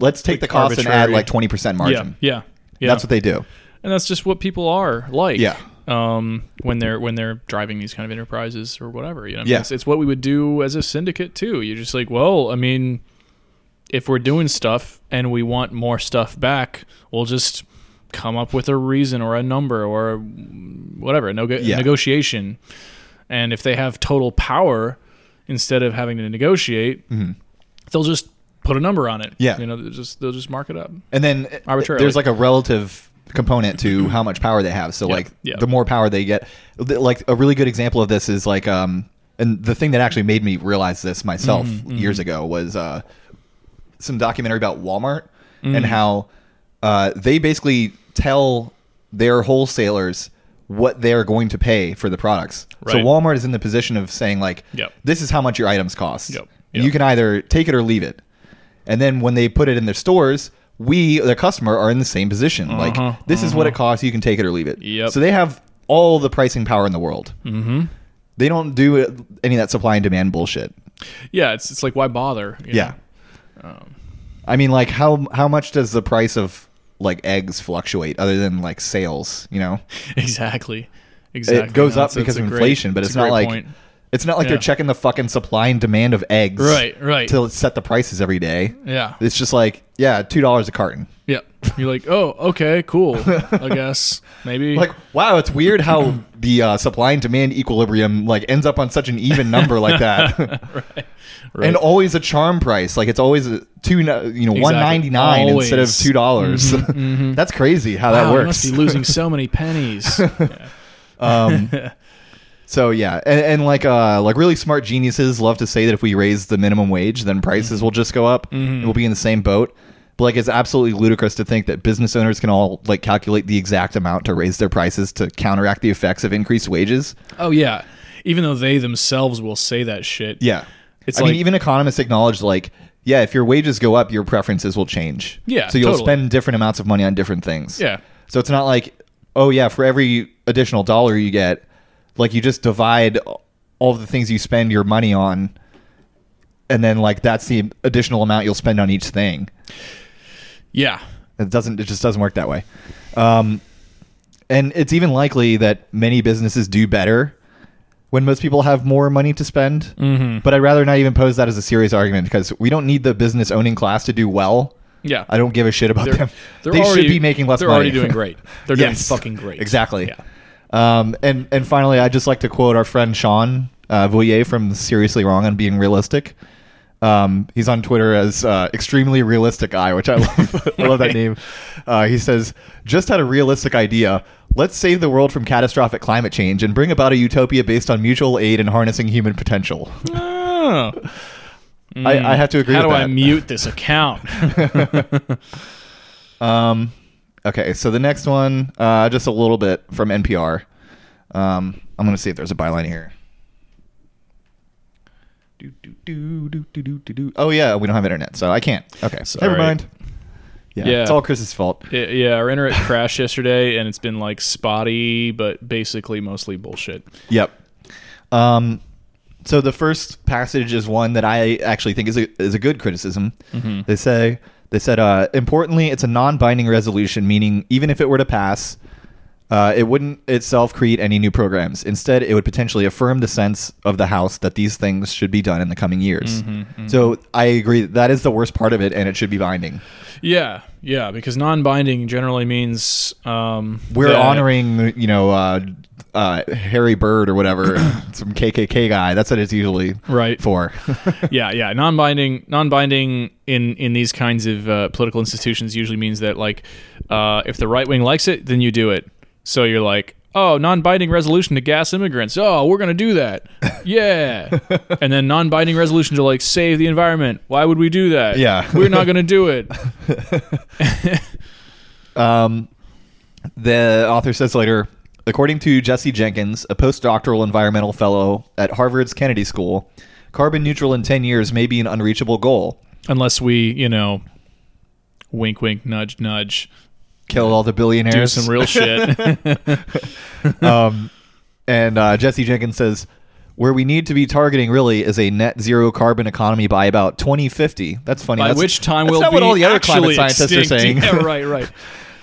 S1: let's take the cost and add
S2: arbitrary.
S1: like 20% margin.
S2: Yeah. Yeah. Yeah.
S1: That's what they do.
S2: and that's just what people are like.
S1: Yeah.
S2: Um, when they're when they're driving these kind of enterprises or whatever, you know, I mean,
S1: Yeah.
S2: it's, it's what we would do as a syndicate too. You're just like, well, I mean, if we're doing stuff and we want more stuff back, we'll just come up with a reason or a number or a- whatever, no
S1: Yeah.
S2: negotiation. And if they have total power, instead of having to negotiate, they'll just put a number on it.
S1: Mm-hmm. Yeah.
S2: you know, they'll just they'll just mark it up.
S1: And then uh,
S2: Arbitrarily.
S1: there's like a relative component
S2: [clears throat]
S1: to how much power they have. So like
S2: yeah.
S1: the more power they get, th- like a really good example of this is like um and the thing that actually made me realize this myself
S2: Mm-hmm,
S1: years ago was uh some documentary about Walmart and
S2: Mm.
S1: how uh, they basically tell their wholesalers what they're going to pay for the products. So
S2: Right.
S1: Walmart is in the position of saying like,
S2: Yep.
S1: this is how much your items cost.
S2: Yep.
S1: And
S2: Yep.
S1: You can either take it or leave it. And then when they put it in their stores, we, the customer, are in the same position. like, this is what it costs. You can take it or leave it.
S2: Uh-huh. Yep.
S1: So they have all the pricing power in the world. Mm-hmm. They don't do uh, any of that supply and demand bullshit.
S2: Yeah, it's it's like why bother? you
S1: Yeah.
S2: know? Um.
S1: I mean, like how how much does the price of like eggs fluctuate other than like sales? You know,
S2: [laughs] exactly, exactly.
S1: it goes
S2: No,
S1: up
S2: it's- it's
S1: because
S2: a
S1: of
S2: great-
S1: inflation, but it's,
S2: a
S1: not
S2: great
S1: like
S2: point.
S1: it's not like
S2: Yeah.
S1: they're checking the fucking supply and demand of eggs,
S2: Right, right.
S1: Till it set the prices every day.
S2: Yeah.
S1: It's just like yeah, two dollars a carton.
S2: Yeah, you're like, oh, okay,
S1: [laughs]
S2: cool. I guess maybe
S1: Like wow, it's weird
S2: [clears throat]
S1: how the uh, supply and demand equilibrium like ends up on such an even number
S2: [laughs]
S1: like that,
S2: Right.
S1: [laughs] and always a charm price. Like it's always a two, no- you know, one ninety nine instead of
S2: Always. Mm-hmm,
S1: two dollars. [laughs] That's crazy how
S2: wow,
S1: that
S2: you
S1: works.
S2: must be losing
S1: [laughs]
S2: so many pennies.
S1: So yeah, and, and like uh, like really smart geniuses love to say that if we raise the minimum wage, then
S2: Mm-hmm.
S1: prices will just go up. and We'll be in the same boat. But like it's absolutely ludicrous to think that business owners can all like calculate the exact amount to raise their prices to counteract the effects of increased wages.
S2: oh yeah, even though they themselves will say that shit.
S1: Yeah,
S2: It's
S1: I
S2: like-
S1: mean even economists acknowledge like yeah, if your wages go up, your preferences will change.
S2: Yeah,
S1: so you'll
S2: totally.
S1: spend different amounts of money on different things.
S2: Yeah.
S1: So it's not like, oh yeah, for every additional dollar you get, like you just divide all the things you spend your money on, and then like that's the additional amount you'll spend on each thing.
S2: yeah,
S1: It doesn't. It just doesn't work that way. Um, and it's even likely that many businesses do better when most people have more money to spend. Mm-hmm. But I'd rather not even pose that as a serious argument because we don't need the business owning class to do well.
S2: yeah.
S1: I don't give a shit about
S2: They're-
S1: them.
S2: they're
S1: they
S2: already-
S1: should be making less
S2: they're
S1: money.
S2: already
S1: [laughs]
S2: doing great. They're doing
S1: Yes.
S2: fucking great.
S1: Exactly.
S2: Yeah.
S1: Um, and and finally, I just like to quote our friend Sean uh, Voyer from Seriously Wrong on Being Realistic. Um, he's on Twitter as uh, extremely realistic eye, which I love. [laughs] I love that name. Uh, he says, "Just had a realistic idea. Let's save the world from catastrophic climate change and bring about a utopia based on mutual aid and harnessing human potential."
S2: Oh, Hmm.
S1: I, I have to agree.
S2: how do
S1: with
S2: I
S1: that.
S2: mute
S1: [laughs]
S2: this account?
S1: Okay, so the next one, uh, just a little bit from NPR. Um, I'm going to see if there's a byline here. Do, do, do, do, do, do, do, do. Oh, yeah, we don't have internet, so I can't. Okay,
S2: Sorry.
S1: never mind. Yeah,
S2: Yeah.
S1: it's all Chris's fault.
S2: Yeah, yeah, our internet crashed yesterday, and it's been like spotty, but basically mostly bullshit.
S1: Yep. Um, so the first passage is one that I actually think is a, is a good criticism. They say they said uh, importantly, it's a non-binding resolution, meaning even if it were to pass, uh, it wouldn't itself create any new programs. Instead, it would potentially affirm the sense of the House that these things should be done in the coming years. So I agree that that is the worst part of it, and it should be binding.
S2: Yeah, yeah, because non-binding generally means um,
S1: We're
S2: that-
S1: honoring, you know, uh, uh, Harry Bird or whatever,
S2: [clears throat]
S1: some KKK guy. That's what it's usually
S2: Right.
S1: for.
S2: [laughs]
S1: [laughs]
S2: yeah, yeah. Non-binding, non-binding in in these kinds of uh, political institutions usually means that like uh, if the right wing likes it, then you do it. So you're like, oh, non-binding resolution to gas immigrants. Oh, we're gonna do that.
S1: [laughs]
S2: Yeah. and then non-binding resolution to like save the environment. Why would we do that?
S1: Yeah.
S2: [laughs] we're not gonna do
S1: [laughs]
S2: it.
S1: The author says later, according to Jesse Jenkins, a postdoctoral environmental fellow at Harvard's Kennedy School, carbon neutral in 10 years may be an unreachable goal.
S2: Unless we, you know, wink, wink, nudge, nudge,
S1: Kill all the
S2: do
S1: billionaires.
S2: some
S1: [laughs]
S2: real shit.
S1: and uh, Jesse Jenkins says, where we need to be targeting really is a net zero carbon economy by about 2050. That's funny.
S2: By
S1: That's-
S2: which time
S1: that's
S2: we'll
S1: not
S2: be
S1: what all the other
S2: actually
S1: climate scientists
S2: extinct.
S1: are saying.
S2: [laughs]
S1: [laughs]
S2: Yeah, right, right.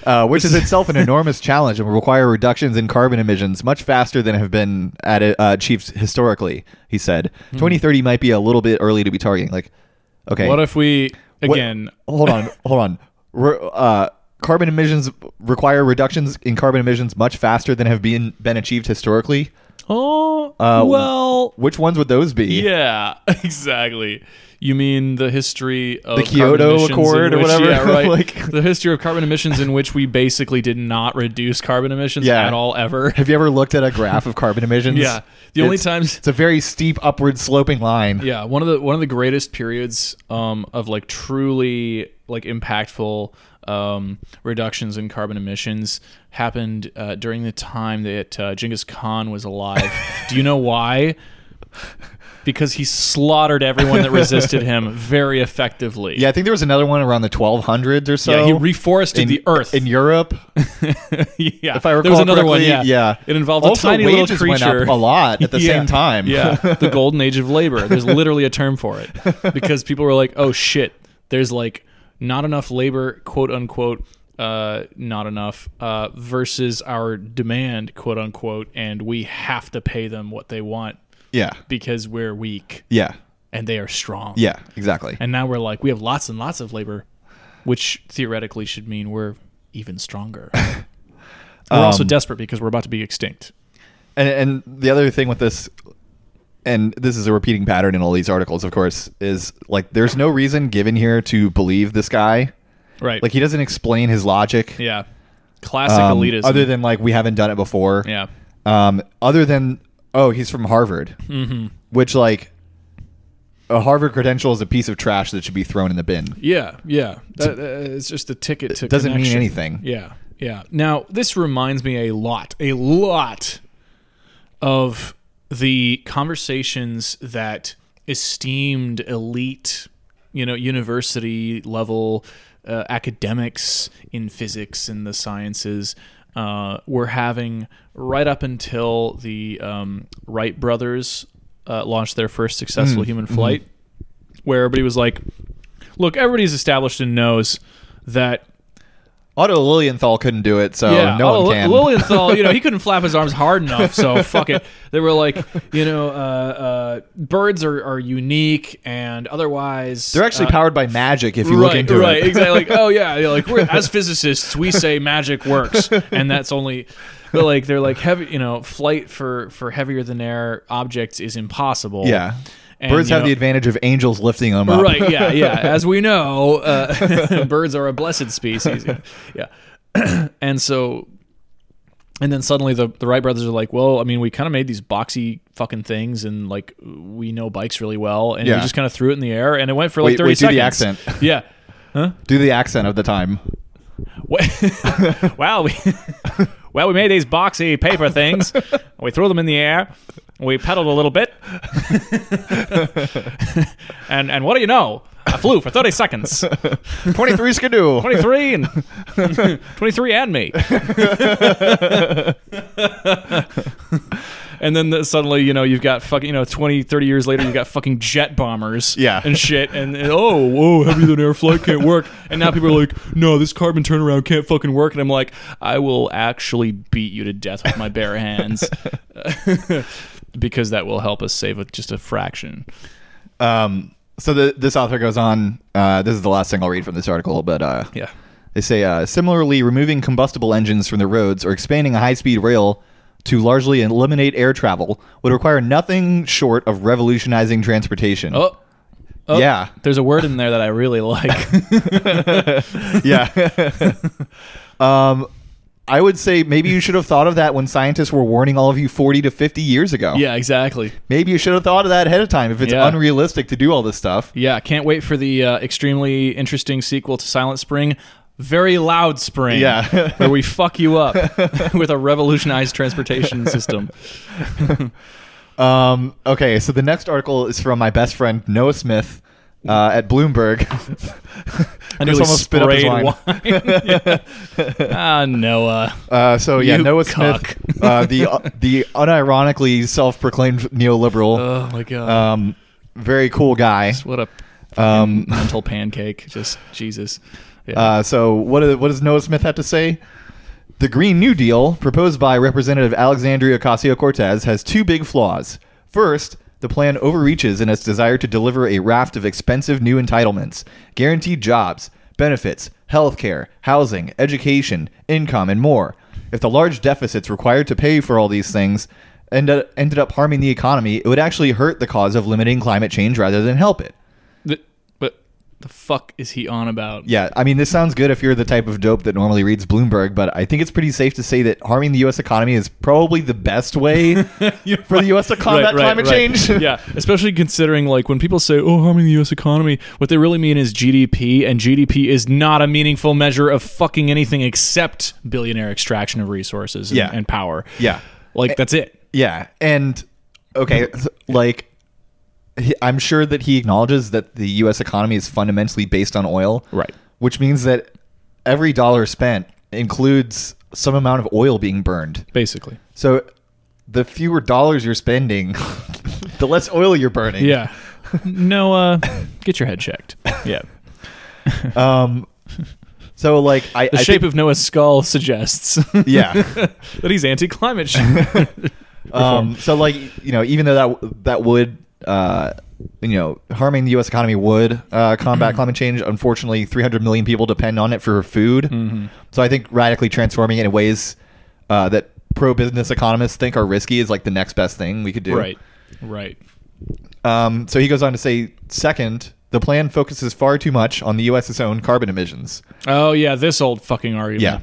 S1: uh, which is itself an
S2: [laughs]
S1: enormous challenge and will require reductions in carbon emissions much faster than have been at, uh, achieved historically. He said,
S2: Hmm.
S1: "2030 might be a little bit early to be targeting." Like, okay,
S2: What if we
S1: what-
S2: again?
S1: hold on, hold on. Re- uh, carbon emissions require reductions in carbon emissions much faster than have been been achieved historically.
S2: Oh
S1: Uh,
S2: well,
S1: Which ones would those be?
S2: yeah, [laughs] exactly. You mean the history of
S1: The
S2: carbon
S1: Kyoto
S2: emissions in
S1: Accord or
S2: which-
S1: whatever?
S2: Yeah,
S1: [laughs]
S2: right.
S1: Like-
S2: the history of carbon emissions in which we basically did not reduce carbon emissions
S1: Yeah.
S2: at all ever.
S1: Have you ever looked at a graph of carbon emissions?
S2: Yeah. The only
S1: It's-
S2: times-
S1: it's a very steep upward sloping line.
S2: Yeah, one of the one of the greatest periods um, of like truly like impactful um, reductions in carbon emissions happened uh, during the time that uh, Genghis Khan was alive. Do you know why? Because he slaughtered everyone that resisted him very effectively.
S1: Yeah, I think there was another one around the 1200s or so.
S2: Yeah, he reforested
S1: in,
S2: the earth.
S1: in Europe.
S2: yeah,
S1: If I recall
S2: there was another
S1: correctly,
S2: one. Yeah,
S1: yeah.
S2: It involved a
S1: Also,
S2: tiny little
S1: wages
S2: creature.
S1: went up a lot at the
S2: [laughs] Yeah.
S1: same time.
S2: yeah, the golden age of labor. There's literally a term for it because people were like, "Oh shit, there's like not enough labor, quote unquote." Uh, not enough uh, versus our demand, quote unquote, and we have to pay them what they want
S1: [laughs] yeah,
S2: because we're weak
S1: yeah,
S2: and they are strong.
S1: yeah. Exactly.
S2: And now we're like, we have lots and lots of labor, which theoretically should mean we're even
S1: [laughs]
S2: stronger. we're
S1: Um,
S2: also desperate because we're about to be extinct.
S1: and, and the other thing with this and this is a repeating pattern in all these articles of course is like there's no reason given here to believe this guy
S2: Right.
S1: like he doesn't explain his logic
S2: yeah. Classic
S1: um,
S2: elitism.
S1: other than like we haven't done it before
S2: yeah.
S1: um other than oh he's from harvard
S2: Mm-hmm.
S1: which like a harvard credential is a piece of trash that should be thrown in the bin
S2: Yeah, yeah. That, uh, it's just a ticket to.
S1: doesn't mean
S2: connection.
S1: anything.
S2: Yeah, yeah. Now this reminds me a lot, a lot, of the conversations that esteemed elite, you know, university level uh, academics in physics and the sciences. Uh, were having right up until the um, Wright brothers uh, launched their first successful human flight, where everybody was like, look, everybody's established and knows that
S1: otto lilienthal couldn't do it so
S2: yeah,
S1: no
S2: oh,
S1: one
S2: Li-
S1: can
S2: Lilienthal, you
S1: [laughs]
S2: know, he couldn't flap his arms hard enough, so fuck it. They were like, you know, uh, uh, birds are, are unique and otherwise
S1: they're actually
S2: uh,
S1: powered by magic if you
S2: right,
S1: look into
S2: right,
S1: it
S2: exactly. Like, oh yeah, yeah, like we're,
S1: [laughs]
S2: as physicists, we say magic works, and that's only. But like they're like heavy, you know, flight for for heavier than air objects is impossible.
S1: yeah
S2: And,
S1: birds
S2: you
S1: have
S2: know-
S1: the advantage of angels lifting them up [laughs]
S2: Right. Yeah. Yeah. As we know, uh, [laughs] birds are a
S1: [laughs]
S2: blessed species. Yeah. [clears throat] and so, and then suddenly the the Wright brothers are like, well, I mean, we kind of made these boxy fucking things, and like we know bikes really well, and we
S1: Yeah.
S2: just kind of threw it in the air, and it went for like
S1: Wait,
S2: thirty
S1: wait, do
S2: seconds.
S1: the accent.
S2: [laughs] Yeah.
S1: do the accent of the time
S2: Wha- [laughs] wow. We. Well, we made these boxy
S1: [laughs]
S2: paper things. We threw them in the air. We pedaled a little bit. [laughs] and and what do you know? I flew for
S1: [laughs]
S2: 30 seconds.
S1: 23 Skidoo.
S2: 23 and 23 and [laughs] me and then the, suddenly you know you've got fucking you know 20 30 years later you've got fucking jet bombers
S1: Yeah.
S2: and shit and, and, oh whoa heavier than air flight can't work and now people are like no this carbon turnaround can't fucking work and i'm like i will actually beat you to death with my bare hands [laughs] because that will help us save a, just a fraction
S1: Um, so the, this author goes on. Uh, this is the last thing I'll read from this article, but uh,
S2: yeah
S1: they say uh, similarly, removing combustible engines from the roads or expanding a high-speed rail to largely eliminate air travel would require nothing short of revolutionizing transportation.
S2: oh oh,
S1: Yeah,
S2: there's a word in there that i really like
S1: yeah. [laughs] um, I would say maybe you should have thought of that when scientists were warning all of you 40 to 50 years ago.
S2: [laughs] yeah exactly
S1: Maybe you should have thought of that ahead of time if it's
S2: Yeah.
S1: unrealistic to do all this stuff.
S2: Yeah, can't wait for the uh, extremely interesting sequel to Silent Spring. Very loud spring,
S1: Yeah.
S2: [laughs] where we fuck you up [laughs] with a revolutionized transportation
S1: [laughs]
S2: system.
S1: Um, okay, so the next article is from my best friend Noah Smith uh, at Bloomberg. [laughs] Chris
S2: I nearly
S1: almost spit up his
S2: sprayed
S1: wine.
S2: wine. [laughs] ah, Noah.
S1: Uh, so yeah,
S2: You
S1: Noah
S2: cuck.
S1: Smith, uh, the the unironically self-proclaimed neoliberal,
S2: Oh my god,
S1: um, very cool guy.
S2: what a
S1: Um,
S2: mental pancake! Just Jesus. Yeah.
S1: uh, so what do- what does Noah Smith have to say? The Green New Deal, proposed by Representative Alexandria Ocasio Cortez, has two big flaws. First, the plan overreaches in its desire to deliver a raft of expensive new entitlements, guaranteed jobs, benefits, health care, housing, education, income, and more. If the large deficits required to pay for all these things end ended up harming the economy, it would actually hurt the cause of limiting climate change rather than help it.
S2: The, but the fuck is he on about?
S1: Yeah, I mean, this sounds good if you're the type of dope that normally reads Bloomberg, but I think it's pretty safe to say that harming the U.S. economy is probably the best
S2: [laughs]
S1: way for the U.S. to combat climate change.
S2: yeah, especially considering like when people say, "Oh, harming the U.S. economy," what they really mean is GDP, and GDP is not a meaningful measure of fucking anything except billionaire extraction of resources and,
S1: Yeah.
S2: and power.
S1: Yeah.
S2: like that's it.
S1: Yeah, and okay, so, like he- I'm sure that he acknowledges that the U.S. economy is fundamentally based on oil,
S2: Right.
S1: Which means that every dollar spent includes some amount of oil being burned.
S2: Basically,
S1: So the fewer dollars you're spending, [laughs] the less oil you're burning. [laughs]
S2: yeah. no, uh, get your head checked. Yeah,
S1: So like I,
S2: the
S1: I
S2: shape
S1: think-
S2: of Noah's skull suggests [laughs]
S1: [laughs] yeah.
S2: that
S1: [laughs]
S2: he's anti-climate change.
S1: um, so like you know, even though that that would uh, you know harming the U.S. economy would uh, combat climate change. Unfortunately, 300 million people depend on it for food. So I think radically transforming it in ways uh, that pro-business economists think are risky is like the next best thing we could do.
S2: right, right.
S1: Um, so he goes on to say, second, the plan focuses far too much on the U.S.'s own carbon emissions.
S2: Oh yeah, this old fucking argument.
S1: Yeah.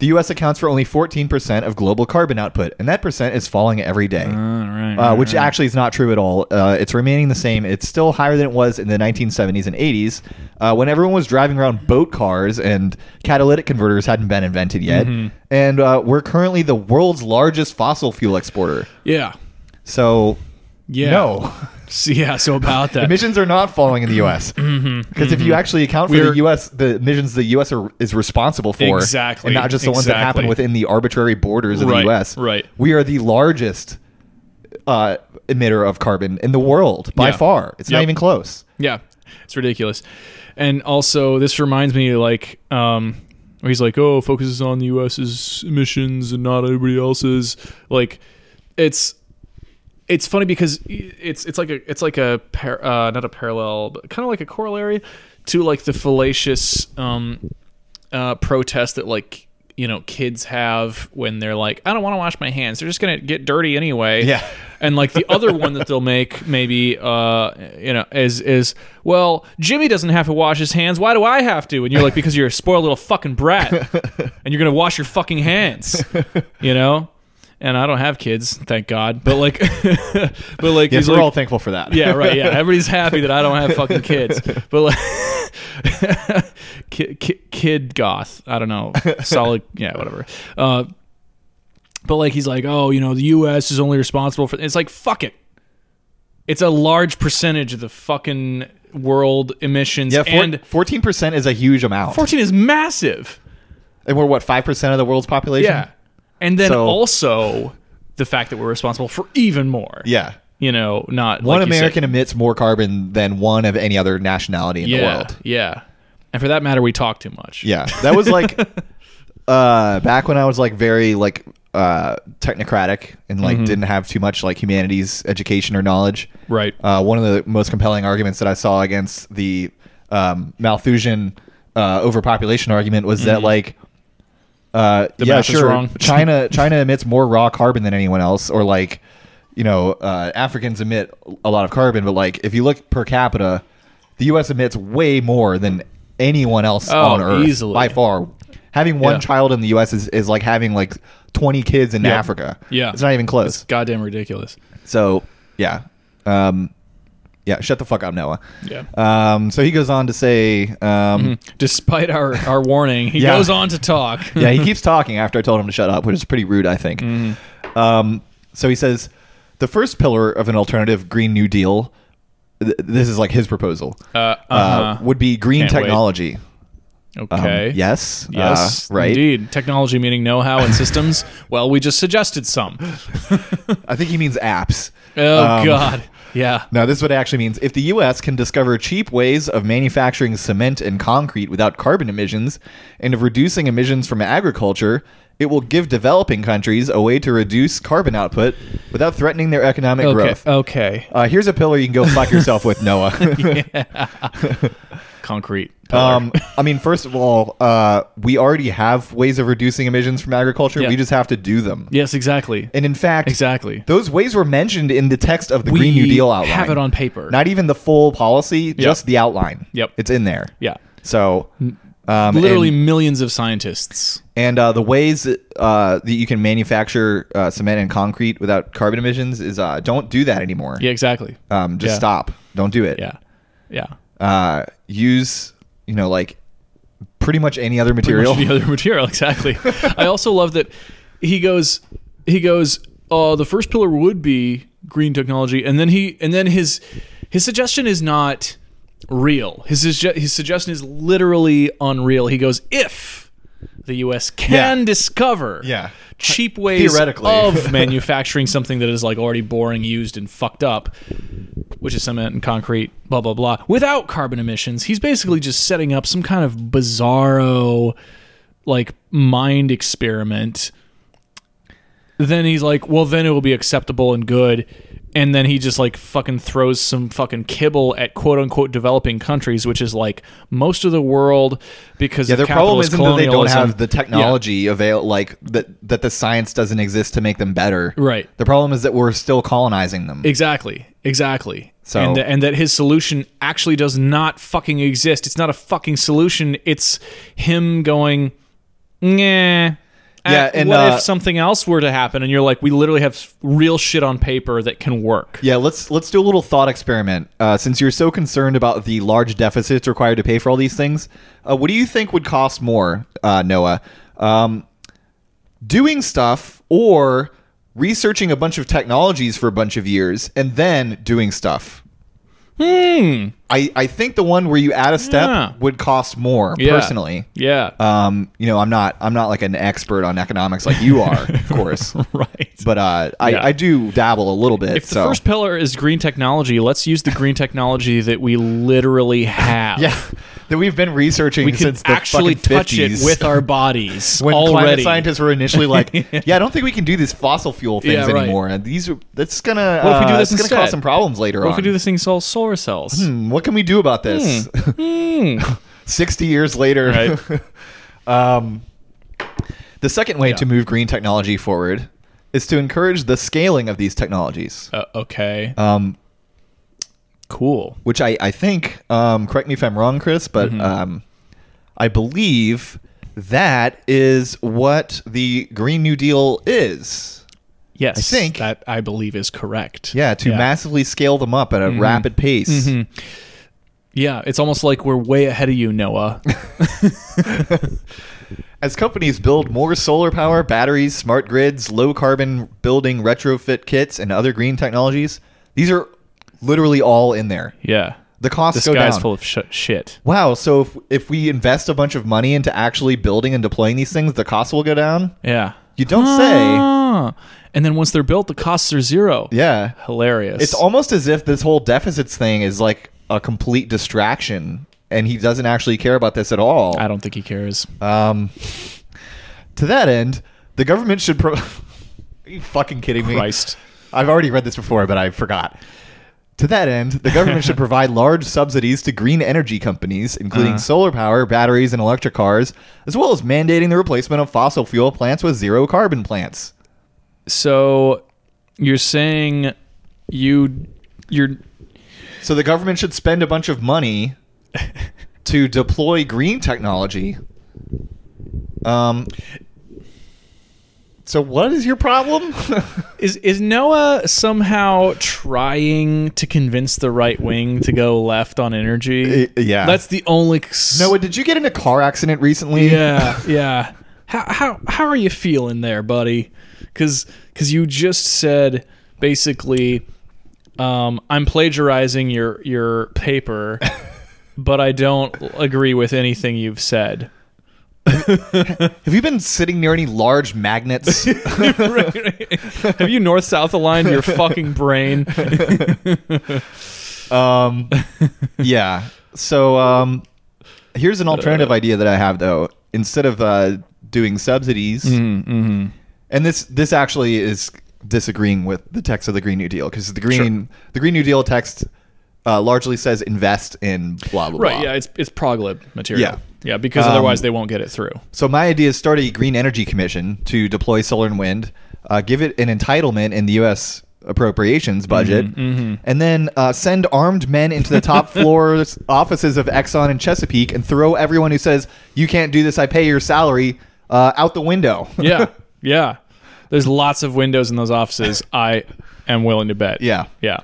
S1: The U.S. accounts for only 14% of global carbon output, and that percent is falling every day.
S2: All right.
S1: uh, which actually is not true at all. Uh, it's remaining the same. It's still higher than it was in the 1970s and 80s uh, when everyone was driving around boat cars and catalytic converters hadn't been invented yet.
S2: Mm-hmm.
S1: And uh, we're currently the world's largest fossil fuel exporter.
S2: yeah.
S1: So,
S2: Yeah.
S1: no,
S2: So- Yeah.
S1: [laughs]
S2: So about that.
S1: emissions are not falling in the U.S.
S2: [clears throat]
S1: Because
S2: Mm-hmm.
S1: if you actually account for
S2: We're-
S1: the U.S., the emissions the U.S. Are, is responsible for,
S2: Exactly,
S1: and not just the ones that happen
S2: exactly.
S1: within the arbitrary borders of
S2: Right,
S1: the U.S.
S2: right.
S1: We are the largest uh, emitter of carbon in the world by
S2: Yeah.
S1: far. It's not
S2: Yep.
S1: even close.
S2: yeah. It's ridiculous. And also, this reminds me, like, um, where he's like, "Oh, focuses on the U.S.'s emissions and not everybody else's." Like, it's it's funny because it's it's like a it's like a par- uh, not a parallel, but kind of like a corollary to like the fallacious um, uh, protest that like you know kids have when they're like i don't want to wash my hands they're just gonna get dirty anyway
S1: Yeah.
S2: and like the other one that they'll make maybe uh you know is is well jimmy doesn't have to wash his hands why do i have to and you're like because you're a spoiled little fucking brat and you're gonna wash your fucking hands you know and i don't have kids thank god but like [laughs] but like
S1: Yes,
S2: he's
S1: we're
S2: like,
S1: all thankful for that. [laughs]
S2: yeah, right. Yeah, everybody's happy that I don't have fucking kids, but like [laughs] kid, kid, kid goth. I don't know.
S1: [laughs]
S2: Solid. Yeah, whatever. Uh, but like he's like, oh, you know, the U.S. is only responsible for. It's like fuck it. It's a large percentage of the fucking world emissions,
S1: yeah.
S2: and
S1: Fourteen percent is a huge amount,
S2: fourteen is massive.
S1: and we're what five percent of the world's population.
S2: Yeah, and then
S1: So-
S2: also the fact that we're responsible for even more.
S1: yeah.
S2: you know, not
S1: One
S2: like you said-
S1: American emits more carbon than one of any other nationality in the world.
S2: Yeah. And for that matter, we talk too much.
S1: Yeah, that was
S2: [laughs]
S1: like uh, back when I was like very like uh, technocratic and like
S2: Mm-hmm.
S1: didn't have too much like humanities education or knowledge.
S2: Right.
S1: Uh, one of the most compelling arguments that I saw against the um, Malthusian uh, overpopulation argument was that like. Uh, yeah,
S2: Mm-hmm. math is
S1: sure.
S2: wrong.
S1: [laughs] China China emits more raw carbon than anyone else, or like, you know, uh, Africans emit a lot of carbon, but like if you look per capita, the U.S. emits way more than anyone else
S2: Oh,
S1: on Earth
S2: easily.
S1: by far. Having one
S2: Yeah.
S1: child in the U.S. is, is like having like twenty kids in Africa.
S2: Yeah.
S1: it's not even close.
S2: Goddamn ridiculous.
S1: So yeah, um, yeah. Shut the fuck up, Noah.
S2: Yeah. Mm-hmm.
S1: Um, so he goes on to say, um,
S2: Despite our, our warning, he
S1: Yeah.
S2: goes on to talk.
S1: yeah, he keeps talking after I told him to shut up, which is pretty rude, I think.
S2: Mm-hmm.
S1: Um, so he says the first pillar of an alternative Green New Deal. Th- this is like his proposal. Uh, would be green
S2: uh-huh. Can't wait.
S1: technology. Um,
S2: [laughs] Okay.
S1: yes. uh,
S2: Yes.
S1: right.
S2: Indeed. Technology meaning know how
S1: [laughs]
S2: and systems. well, we just suggested some.
S1: I think he means apps.
S2: Oh,
S1: Um,
S2: God. Yeah.
S1: Now, this is what it actually means. If the U.S. can discover cheap ways of manufacturing cement and concrete without carbon emissions and of reducing emissions from agriculture, it will give developing countries a way to reduce carbon output without threatening their economic
S2: Okay.
S1: growth.
S2: Okay. [laughs]
S1: Uh, here's a pillar you can go fuck yourself with, Noah.
S2: concrete. pillar.
S1: Um, I mean, first of all, uh, we already have ways of reducing emissions from agriculture.
S2: Yeah.
S1: We just have to do them.
S2: yes, exactly.
S1: And in fact,
S2: Exactly.
S1: those ways were mentioned in the text of the
S2: We
S1: Green New Deal outline.
S2: have it on paper.
S1: Not even the full policy, just the outline.
S2: Yep.
S1: It's in there.
S2: yeah.
S1: So, um,
S2: Literally
S1: and,
S2: millions of scientists.
S1: and, uh, the ways that, uh, that you can manufacture uh, cement and concrete without carbon emissions is uh, don't do that anymore.
S2: Yeah, exactly.
S1: Um, just
S2: Yeah.
S1: stop. Don't do it.
S2: Yeah. Yeah.
S1: Uh, use you know like pretty much any other
S2: Pretty
S1: material. [laughs]
S2: much the other [laughs] material, exactly. I also love that he goes, he goes. Uh, the first pillar would be green technology, and then he, and then his, his suggestion is not real. His sugge- his suggestion is literally unreal. He goes, if the U.S. can
S1: Yeah.
S2: discover,
S1: Yeah.
S2: cheap ways
S1: Theoretically. [laughs]
S2: of manufacturing something that is like already boring, used, and fucked up, which is cement and concrete, blah blah blah, without carbon emissions. He's basically just setting up some kind of bizarro, like mind experiment. Then he's like, well, then it will be acceptable and good. And then he just like fucking throws some fucking kibble at quote unquote developing countries, which is like most of the world because
S1: Yeah,
S2: of
S1: their problem
S2: capitalist
S1: isn't that they don't
S2: colonialism.
S1: have the technology avail like that that the science doesn't exist to make them better.
S2: Right.
S1: The problem is that we're still colonizing them.
S2: Exactly. Exactly.
S1: So-
S2: and, th- and that his solution actually does not fucking exist. It's not a fucking solution. It's him going, nah. Uh,
S1: Yeah, and,
S2: what
S1: uh,
S2: if something else were to happen? And you're like, we literally have real shit on paper that can work.
S1: yeah, let's let's do a little thought experiment. Uh, since you're so concerned about the large deficits required to pay for all these things, uh, what do you think would cost more, uh, Noah? Um, doing stuff or researching a bunch of technologies for a bunch of years and then doing stuff.
S2: Hmm.
S1: I, I think the one where you add a step
S2: Yeah.
S1: would cost more
S2: Yeah.
S1: personally.
S2: Yeah.
S1: um, you know, I'm not I'm not like an expert on economics like you are, of
S2: [laughs]
S1: course.
S2: [laughs] right.
S1: But uh, I,
S2: Yeah.
S1: I do dabble a little bit.
S2: If the
S1: so
S2: first pillar is green technology, let's use the green technology that we literally have.
S1: [laughs] yeah, that we've been researching
S2: We can
S1: since the
S2: actually
S1: fucking
S2: touch
S1: 50s,
S2: it with our bodies
S1: [laughs] when climate
S2: already.
S1: scientists were initially
S2: [laughs]
S1: like, yeah, I don't think we can do these fossil fuel things
S2: Yeah, right.
S1: anymore. And these are that's gonna
S2: What if we do
S1: uh,
S2: this
S1: it's gonna
S2: instead?
S1: cause some problems later
S2: What
S1: on.
S2: if we do this thing called solar cells?
S1: Hmm, What can we do about this? [laughs] Sixty years later,
S2: Hmm.
S1: [laughs]
S2: Right.
S1: the second way to move green technology forward is to encourage the scaling of these technologies.
S2: Uh, okay.
S1: Um,
S2: cool.
S1: which I, I think, um, correct me if I'm wrong, Chris, but
S2: Mm-hmm.
S1: um, I believe that is what the Green New Deal is.
S2: Yes, I
S1: think-
S2: that I believe is correct.
S1: Yeah, Mm-hmm. to massively scale them up at a rapid pace.
S2: Yeah, it's almost like we're way ahead of
S1: [laughs]
S2: you, Noah.
S1: As companies build more solar power, batteries, smart grids, low carbon building retrofit kits, and other green technologies, these are literally all in there.
S2: yeah,
S1: The costs
S2: this
S1: go
S2: guy's
S1: down.
S2: full of sh- shit.
S1: wow, so if, if we invest a bunch of money into actually building and deploying these things, the costs will go down?
S2: Yeah,
S1: You don't say.
S2: Ah. and then once they're built, the costs are zero.
S1: Yeah.
S2: hilarious.
S1: It's almost as if this whole deficits thing is like a complete distraction, and he doesn't actually care about this at all.
S2: I don't think he cares.
S1: Um, to that end, the government should. Pro- [laughs] Are you fucking kidding me?
S2: Christ.
S1: I've already read this before, but I forgot. To that end, the government
S2: [laughs]
S1: should provide large subsidies to green energy companies,
S2: Uh-huh.
S1: including solar power, batteries, and electric cars, as well as mandating the replacement of fossil fuel plants with zero carbon plants.
S2: So you're saying you you're
S1: So the government should spend a bunch of
S2: [laughs]
S1: money to deploy green technology. Um. So what is your problem? [laughs]
S2: is is Noah somehow trying to convince the right wing to go left on energy?
S1: I- yeah.
S2: that's the only s-
S1: Noah, did you get in a car accident recently?
S2: Yeah, yeah. How how how are you feeling there, buddy? Because you just said basically, um, I'm plagiarizing your your paper, but I don't agree with anything you've said.
S1: Have you been sitting near any large
S2: [laughs]
S1: magnets?
S2: [laughs] Have you north south aligned your fucking [laughs] brain?
S1: um. Yeah. So um, here's an
S2: Uh.
S1: alternative idea that I have though. Instead of uh, doing subsidies,
S2: Mm-hmm,
S1: and this this actually is disagreeing with the text of the Green New Deal because the Green the Green New Deal text uh, largely says invest in blah blah
S2: Right.
S1: blah.
S2: Yeah. It's it's proglib material.
S1: Yeah. Um,
S2: Yeah. Because otherwise they won't get it through. [laughs]
S1: So my idea is start a green energy commission to deploy solar and wind, uh, give it an entitlement in the U.S. appropriations budget,
S2: Mm-hmm,
S1: and then uh, send armed men into the
S2: [laughs]
S1: top floors offices of Exxon and Chesapeake and throw everyone who says you can't do this, I pay your salary, uh, out the window.
S2: [laughs] Yeah. yeah. There's lots of windows in those offices. I am willing to bet.
S1: Yeah.
S2: Yeah.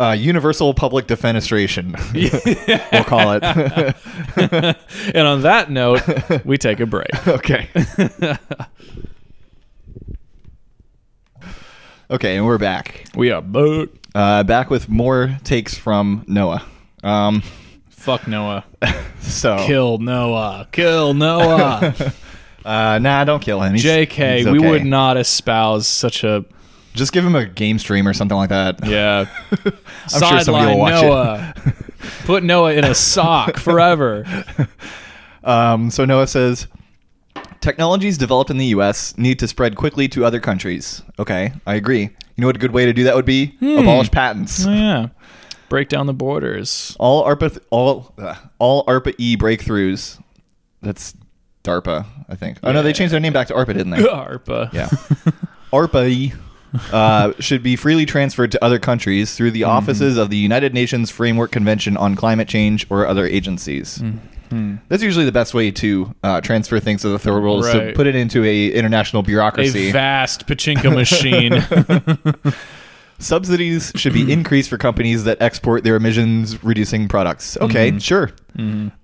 S1: Uh, universal public
S2: [laughs]
S1: defenestration, we'll call it. [laughs]
S2: And on that note, we take a break.
S1: okay.
S2: [laughs]
S1: okay, and we're back.
S2: We are boat.
S1: Uh, back with more takes from Noah. Um,
S2: Fuck Noah.
S1: so
S2: Kill Noah.
S1: [laughs]
S2: Kill Noah.
S1: uh, nah, don't kill him. He's-
S2: JK,
S1: he's
S2: we
S1: okay.
S2: would not espouse such a
S1: just give him a game stream or something like that.
S2: yeah.
S1: [laughs] I'm sure somebody will watch it.
S2: Noah. Put Noah in a sock forever.
S1: [laughs] Um, so Noah says, technologies developed in the U.S. need to spread quickly to other countries. Okay, I agree. You know what a good way to do that would be?
S2: Hmm.
S1: Abolish patents.
S2: yeah. Break down the borders. [laughs]
S1: All ARPA, th- all uh, all ARPA E breakthroughs. That's DARPA, I think. Oh no, they changed their name back to ARPA, didn't they?
S2: ARPA.
S1: [laughs] Yeah. ARPA uh, should be freely transferred to other countries through
S2: Mm-hmm.
S1: the offices of the United Nations Framework Convention on Climate Change or other agencies.
S2: Mm-hmm.
S1: That's usually the best way to uh, transfer things to the third world is to
S2: Right.
S1: put it into a international
S2: A
S1: bureaucracy. [laughs]
S2: vast pachinko machine.
S1: Subsidies should
S2: [clears throat]
S1: be increased for companies that export their emissions reducing products. Okay,
S2: Mm-hmm.
S1: sure.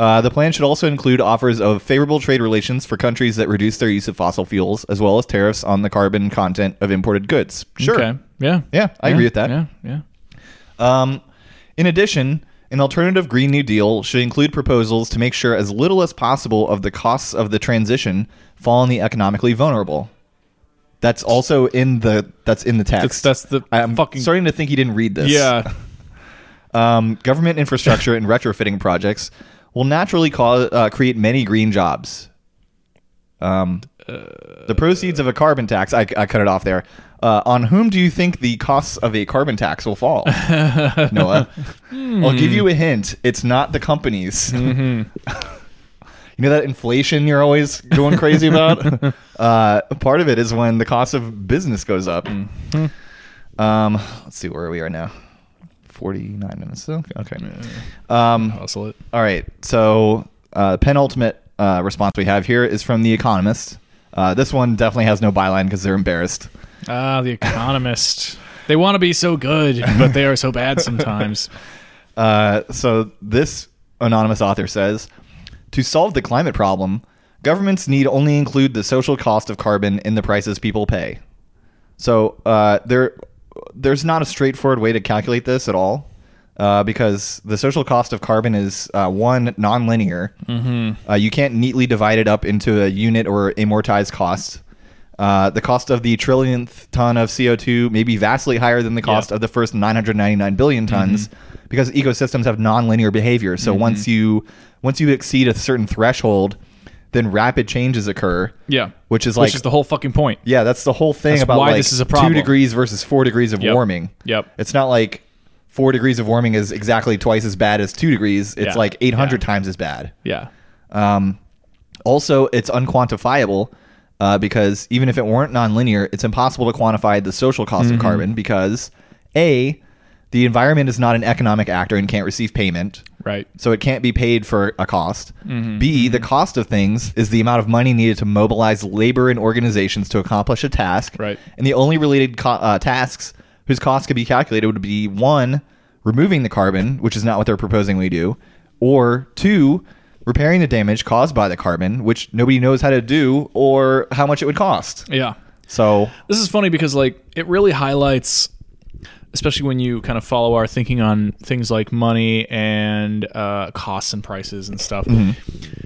S1: Uh, the plan should also include offers of favorable trade relations for countries that reduce their use of fossil fuels, as well as tariffs on the carbon content of imported goods. Sure.
S2: Okay. Yeah.
S1: Yeah, I agree with that.
S2: Yeah. Yeah.
S1: Um, in addition, an alternative Green New Deal should include proposals to make sure as little as possible of the costs of the transition fall on the economically vulnerable. That's also in the that's in the text.
S2: That's- that's the
S1: I'm
S2: fucking-
S1: starting to think he didn't read this.
S2: Yeah.
S1: Um, government infrastructure and retrofitting projects will naturally cause, uh, create many green jobs. Um, the proceeds of a carbon tax. I, I cut it off there. Uh, on whom do you think the costs of a carbon tax will fall, Noah? I'll give you a hint. It's not the companies. [laughs] you know that inflation you're always going crazy about. uh, part of it is when the cost of business goes up. Um, let's see where we are now. 49 minutes. So, okay.
S2: Hustle it.
S1: All right. So, uh, penultimate uh, response we have here is from The Economist. Uh, this one definitely has no byline because they're embarrassed.
S2: Ah, The Economist. they want to be so good, but they are so bad
S1: [laughs]
S2: sometimes.
S1: Uh, so, this anonymous author says To solve the climate problem, governments need only include the social cost of carbon in the prices people pay. So, uh, there, there's not a straightforward way to calculate this at all. Uh, because the social cost of carbon is uh, one nonlinear,
S2: Mm-hmm.
S1: Uh, you can't neatly divide it up into a unit or amortized cost. Uh, the cost of the trillionth ton of CO2 may be vastly higher than the cost
S2: Yeah. Mm-hmm.
S1: of the first 999 billion tons because ecosystems have nonlinear behavior. So once you once you exceed a certain threshold, then rapid changes occur.
S2: Yeah.
S1: which is like
S2: Which is the whole fucking point.
S1: yeah, that's the whole thing
S2: That's
S1: about
S2: why
S1: like
S2: this is a problem.
S1: two degrees versus four degrees of
S2: Yep.
S1: warming.
S2: Yep.
S1: It's not like four degrees of warming is exactly twice as bad as two degrees. It's
S2: Yeah.
S1: like 800
S2: Yeah.
S1: times as bad.
S2: Yeah.
S1: Also, it's unquantifiable uh, because even if it weren't nonlinear, it's impossible to quantify the social cost
S2: Mm-hmm.
S1: of carbon because A, the environment is not an economic actor and can't receive payment.
S2: Right.
S1: So it can't be paid for a cost.
S2: Mm-hmm.
S1: B, the cost of things is the amount of money needed to mobilize labor and organizations to accomplish a task.
S2: Right.
S1: And the only related co- uh, tasks whose costs could be calculated would be one, removing the carbon, which is not what they're proposing we do, or two, repairing the damage caused by the carbon, which nobody knows how to do or how much it would cost.
S2: Yeah.
S1: So
S2: This is funny because like it really highlights especially when you kind of follow our thinking on things like money and uh, costs and prices and stuff.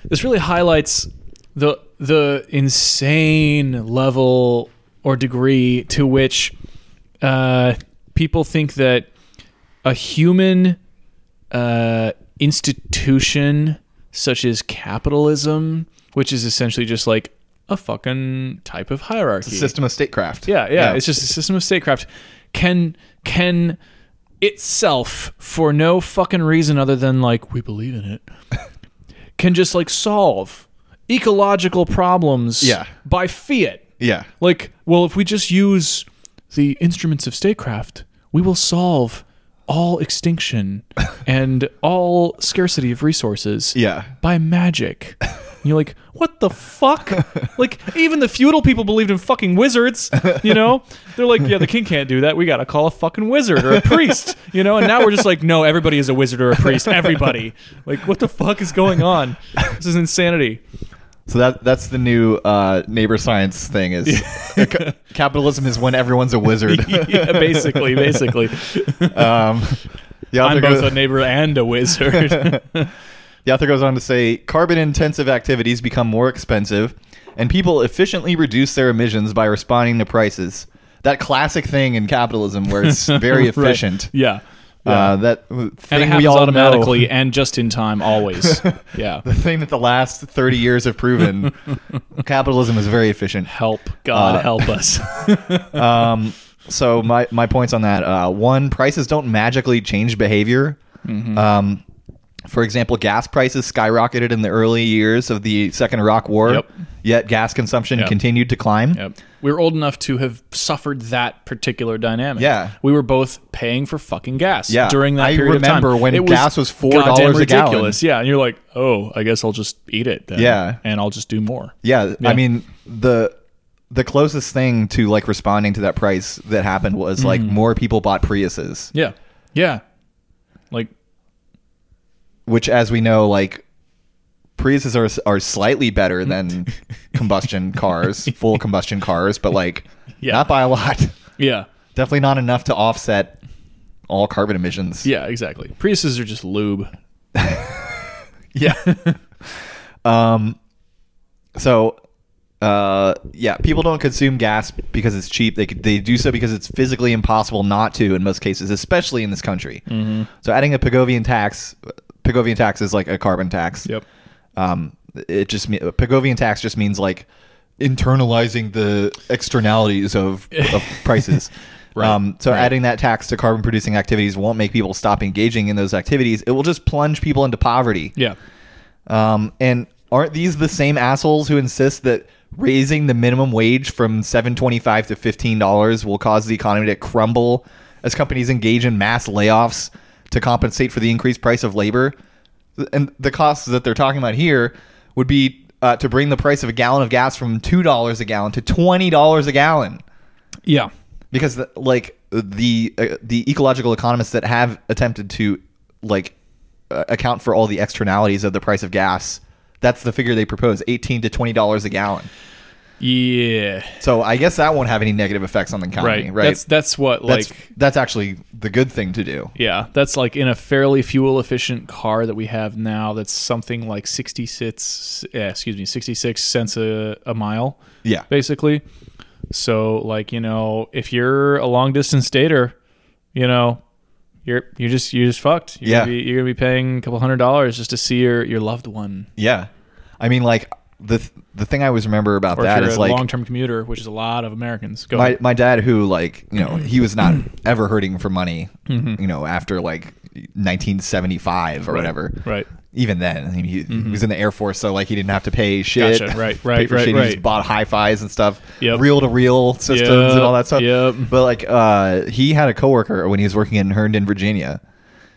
S2: This really highlights the the insane level or degree to which uh, people think that a human uh, institution such as capitalism, which is essentially just like a fucking type of hierarchy,
S1: system of statecraft.
S2: yeah, yeah, It's just a system of statecraft can can itself for no fucking reason other than like we believe in it can just like solve ecological problems
S1: Yeah.
S2: by fiat.
S1: Yeah.
S2: Like, well, if we just use the instruments of statecraft, we will solve all extinction and all scarcity of resources
S1: Yeah.
S2: by magic. And you're like, what the fuck? like, even the feudal people believed in fucking wizards, you know? They're like, yeah, the king can't do that. We got to call a fucking wizard or a priest, you know? And now we're just like, no, everybody is a wizard or a priest. Everybody. Like, what the fuck is going on? This is insanity. [laughs]
S1: So that that's the new uh, neighbor science thing is ca- capitalism is when everyone's a
S2: [laughs]
S1: wizard.
S2: yeah, basically, basically.
S1: um, the author
S2: I'm both
S1: goes-
S2: a neighbor and
S1: [laughs]
S2: a wizard.
S1: The author goes on to say carbon intensive activities become more expensive, and people efficiently reduce their emissions by responding to prices. That classic thing in capitalism where
S2: [laughs]
S1: it's very
S2: Right.
S1: efficient.
S2: Yeah.
S1: Uh, that uh,
S2: And it
S1: thing we
S2: happens
S1: all
S2: automatically
S1: know,
S2: and just in time, always. Yeah.
S1: [laughs] the thing that the last 30 years have
S2: [laughs]
S1: proven capitalism is very efficient.
S2: Help. God
S1: Uh,
S2: [laughs] help us.
S1: So, my, my points on that uh, one, prices don't magically change behavior.
S2: Mm-hmm.
S1: Um, for example, gas prices skyrocketed in the early years of the Second Iraq War,
S2: Yep.
S1: yet gas consumption
S2: Yep.
S1: continued to climb.
S2: Yep. We were old enough to have suffered that particular dynamic.
S1: Yeah.
S2: We were both paying for fucking gas
S1: Yeah.
S2: during that
S1: I
S2: period of
S1: remember
S2: time.
S1: when
S2: It
S1: gas was $4
S2: goddamn
S1: a gallon.
S2: ridiculous. Yeah. And you're like, oh, I guess I'll just eat it then.
S1: Yeah.
S2: And I'll just do more.
S1: Yeah,
S2: Yeah.
S1: I mean the the closest thing to like responding to that price that happened
S2: Mm.
S1: was like more people bought Priuses,
S2: Yeah. Yeah. Like,
S1: which as we know like Priuses are are slightly better
S2: [laughs]
S1: than combustion cars, full combustion cars, but like
S2: Yeah.
S1: not by a lot.
S2: yeah.
S1: Definitely not enough to offset all carbon emissions.
S2: Yeah, exactly. Priuses are just lube.
S1: Yeah. um so uh yeah, people don't consume gas because it's cheap. They could- they do so because it's physically impossible not to in most cases, especially in this country. So adding a Pigovian tax, Pigovian tax is like a carbon tax. Um it just me- a Pigovian tax just means like internalizing the externalities of, of prices. um, so adding that tax to carbon producing activities won't make people stop engaging in those activities. It will just plunge people into poverty.
S2: Yeah.
S1: Um, and aren't these the same assholes who insist that raising the minimum wage from seven twenty-five to fifteen dollars will cause the economy to crumble as companies engage in mass layoffs to compensate for the increased price of labor? And the costs that they're talking about here would be uh, to bring the price of a gallon of gas from two dollars a gallon to twenty dollars a gallon
S2: Yeah.
S1: because the, like the uh, the ecological economists that have attempted to like uh, account for all the externalities of the price of gas that's the figure they propose 18 to 20 dollars a gallon
S2: Yeah.
S1: so i guess that won't have any negative effects on the economy
S2: Right.
S1: right,
S2: That's that's what like
S1: that's, that's actually the good thing to do
S2: Yeah, that's like in a fairly fuel efficient car that we have now. That's something like sixty six, eh, excuse me, sixty six cents a, a mile,
S1: yeah
S2: basically. So like you know, if you're a long distance dater, you know, you're you're just you're just fucked. You're
S1: Yeah.
S2: gonna be, you're gonna be paying a couple hundred dollars just to see your your loved one,
S1: yeah i mean like the th- the thing i always remember about
S2: or
S1: that
S2: if
S1: is
S2: you're a
S1: like
S2: long term commuter, which is a lot of Americans. Go
S1: my,
S2: ahead.
S1: my dad who like you know he was
S2: [clears throat]
S1: not ever hurting for money you know after like 1975 or whatever
S2: Mm-hmm. right. Mm-hmm.
S1: even then I mean, he, he was in the air force so like he didn't have to pay shit
S2: Gotcha. Right,
S1: pay
S2: right,
S1: for
S2: right,
S1: shit. he
S2: right.
S1: just bought hi-fis and stuff
S2: Yep.
S1: reel to reel systems and all that stuff
S2: Yep, yep.
S1: but like uh he had a coworker when he was working in herndon virginia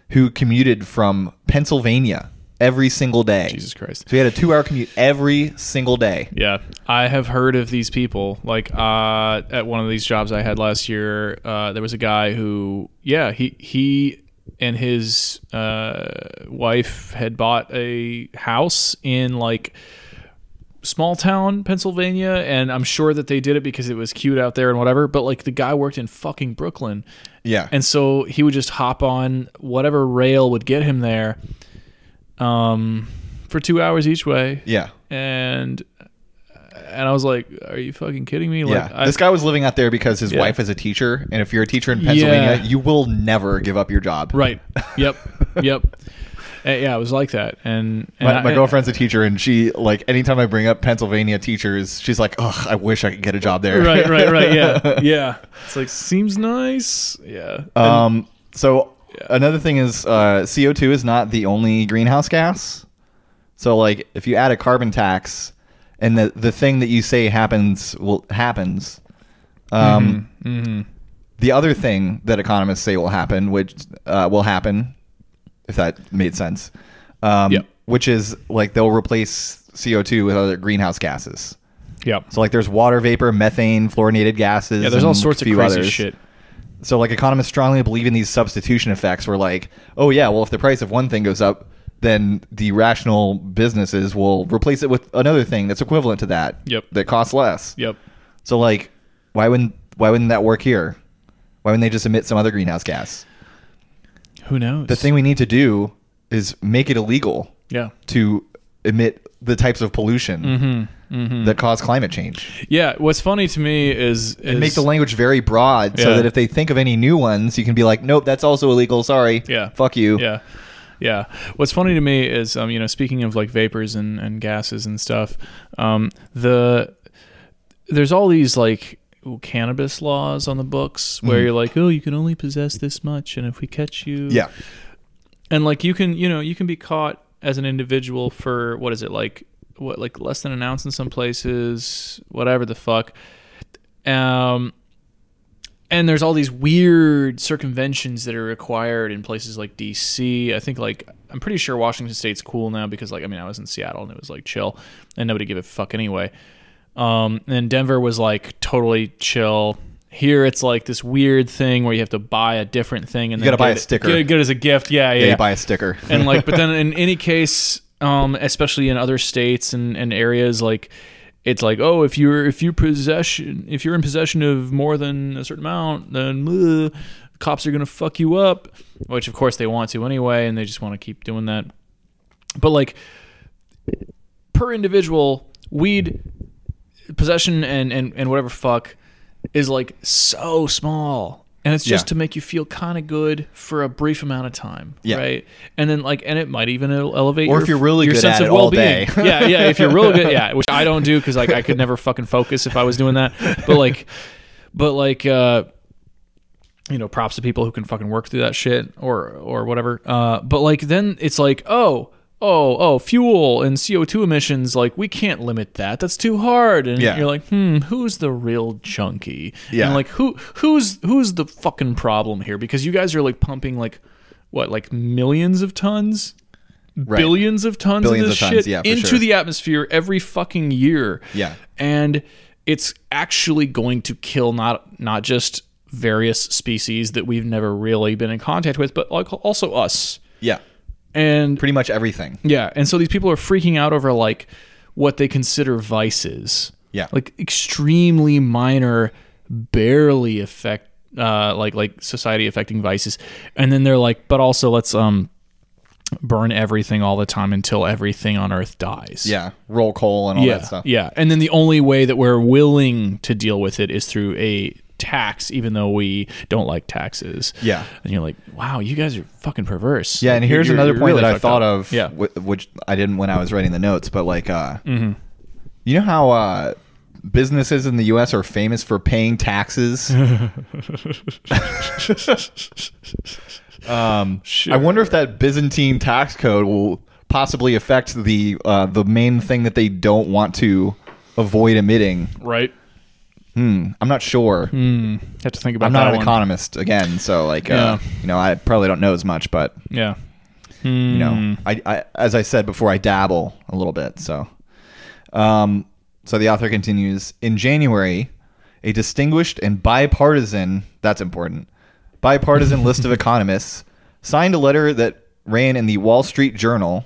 S1: who commuted from pennsylvania every single day
S2: Jesus Christ.
S1: so he had a two-hour commute every single day
S2: Yeah, I have heard of these people. Like uh, at one of these jobs I had last year, uh, there was a guy who, yeah, he he and his uh, wife had bought a house in like small town Pennsylvania, and I'm sure that they did it because it was cute out there and whatever. But like the guy worked in fucking Brooklyn,
S1: yeah
S2: and so he would just hop on whatever rail would get him there, um, for two hours each way
S1: yeah
S2: and and I was like, "Are you fucking kidding me?" Like,
S1: yeah,
S2: I,
S1: this guy was living out there because his
S2: Yeah.
S1: wife is a teacher, and if you're a teacher in Pennsylvania,
S2: Yeah.
S1: you will never give up your job.
S2: [laughs] right? Yep, yep. Uh, yeah, it was like that, and, and
S1: My,
S2: I-
S1: my girlfriend's a teacher, and she like anytime I bring up Pennsylvania teachers, she's like, "Ugh, I wish I could get a job there." [laughs]
S2: Right, right, right. Yeah, yeah. It's like seems nice. Yeah.
S1: Um. So Another thing is uh, CO2 is not the only greenhouse gas. So like if you add a carbon tax and the the thing that you say happens will happens. Um,
S2: Mm-hmm.
S1: The other thing that economists say will happen, which uh, will happen, if that made sense, um,
S2: Yep.
S1: which is like they'll replace CO2 with other greenhouse gases.
S2: Yeah.
S1: So like there's water vapor, methane, fluorinated gases.
S2: Yeah, there's all
S1: and a
S2: sorts of
S1: few
S2: crazy
S1: others.
S2: shit.
S1: So like economists strongly believe in these substitution effects where like, oh yeah, well if the price of one thing goes up, then the rational businesses will replace it with another thing that's equivalent to that.
S2: Yep.
S1: That costs less.
S2: Yep.
S1: So like why wouldn't why wouldn't that work here? Why wouldn't they just emit some other greenhouse gas?
S2: Who knows?
S1: The thing we need to do is make it illegal
S2: Yeah.
S1: to emit the types of pollution
S2: Mm-hmm.
S1: that cause climate change.
S2: Yeah. What's funny to me is, is
S1: make the language very broad so
S2: Yeah.
S1: that if they think of any new ones, you can be like, nope, that's also illegal. Sorry.
S2: Yeah.
S1: Fuck you.
S2: Yeah. Yeah. What's funny to me is, um, you know, speaking of like vapors and, and gases and stuff, um, the there's all these like cannabis laws on the books where you're like, oh, you can only possess this much, and if we catch you,
S1: Mm-hmm. Yeah.
S2: and like you can you know you can be caught as an individual for what is it like what like less than an ounce in some places whatever the fuck um and there's all these weird circumventions that are required in places like DC. I think like I'm pretty sure Washington State's cool now because like I mean I was in Seattle and it was like chill and nobody gave a fuck anyway. Um, and Denver was like totally chill. Here it's like this weird thing where you have to buy a different thing and you then
S1: gotta buy
S2: get
S1: a
S2: it-
S1: sticker.
S2: Get, get it as a gift. Yeah, yeah.
S1: They
S2: yeah
S1: buy a sticker.
S2: and like but then in any case um especially in other states and, and areas like it's like oh if you're if you possession if you're in possession of more than a certain amount then uh, cops are gonna fuck you up which of course they want to anyway and they just want to keep doing that but like per individual weed possession and and, and whatever fuck is like so small and it's just
S1: Yeah.
S2: to make you feel kind of good for a brief amount of time
S1: Yeah.
S2: right and then like and it might even ele- elevate
S1: Or
S2: your,
S1: if you're really
S2: your
S1: good
S2: sense
S1: at
S2: of
S1: it all
S2: well-being.
S1: day.
S2: [laughs] yeah yeah if you're real good
S1: [laughs]
S2: yeah which i don't do because like i could never fucking focus if i was doing that but like but like uh you know props to people who can fucking work through that shit or or whatever uh but like then it's like oh oh oh fuel and co2 emissions like we can't limit that that's too hard and
S1: Yeah.
S2: you're like hmm who's the real junkie
S1: Yeah.
S2: and like who who's who's the fucking problem here because you guys are like pumping like what like millions of tons
S1: [laughs] Right.
S2: billions of tons
S1: Billions
S2: of this
S1: of tons,
S2: shit
S1: yeah, for
S2: into
S1: sure.
S2: the atmosphere every fucking year.
S1: Yeah.
S2: And it's actually going to kill not not just various species that we've never really been in contact with, but like also us.
S1: Yeah.
S2: And
S1: Pretty much everything.
S2: yeah, and so these people are freaking out over like what they consider vices.
S1: Yeah.
S2: like extremely minor, barely affect uh, like like society affecting vices, and then they're like, but also let's um burn everything all the time until everything on Earth dies.
S1: Yeah. Roll coal and all
S2: yeah,
S1: that stuff.
S2: yeah. And then the only way that we're willing to deal with it is through a tax, even though we don't like taxes.
S1: Yeah.
S2: and you're like, wow, you guys are fucking perverse.
S1: Yeah,
S2: Like,
S1: and
S2: you're-
S1: here's
S2: you're-
S1: another
S2: you're
S1: point
S2: really
S1: that I
S2: fucked
S1: thought
S2: up.
S1: of,
S2: Yeah.
S1: wh- which I didn't when I was writing the notes, but like, uh,
S2: Mm-hmm.
S1: you know how uh, businesses in the U.S. are famous for paying
S2: [laughs]
S1: taxes. um, I wonder if that Byzantine tax code will possibly affect the uh, the main thing that they don't want to avoid emitting.
S2: right.
S1: I'm not sure.
S2: Hmm. Have to think about.
S1: I'm not
S2: that
S1: an
S2: one.
S1: economist again, so like,
S2: Yeah.
S1: uh, you know, I probably don't know as much, but
S2: Yeah,
S1: you know I, I as i said before i dabble a little bit so um so the author continues in january a distinguished and bipartisan that's important bipartisan list of economists signed a letter that ran in the wall street journal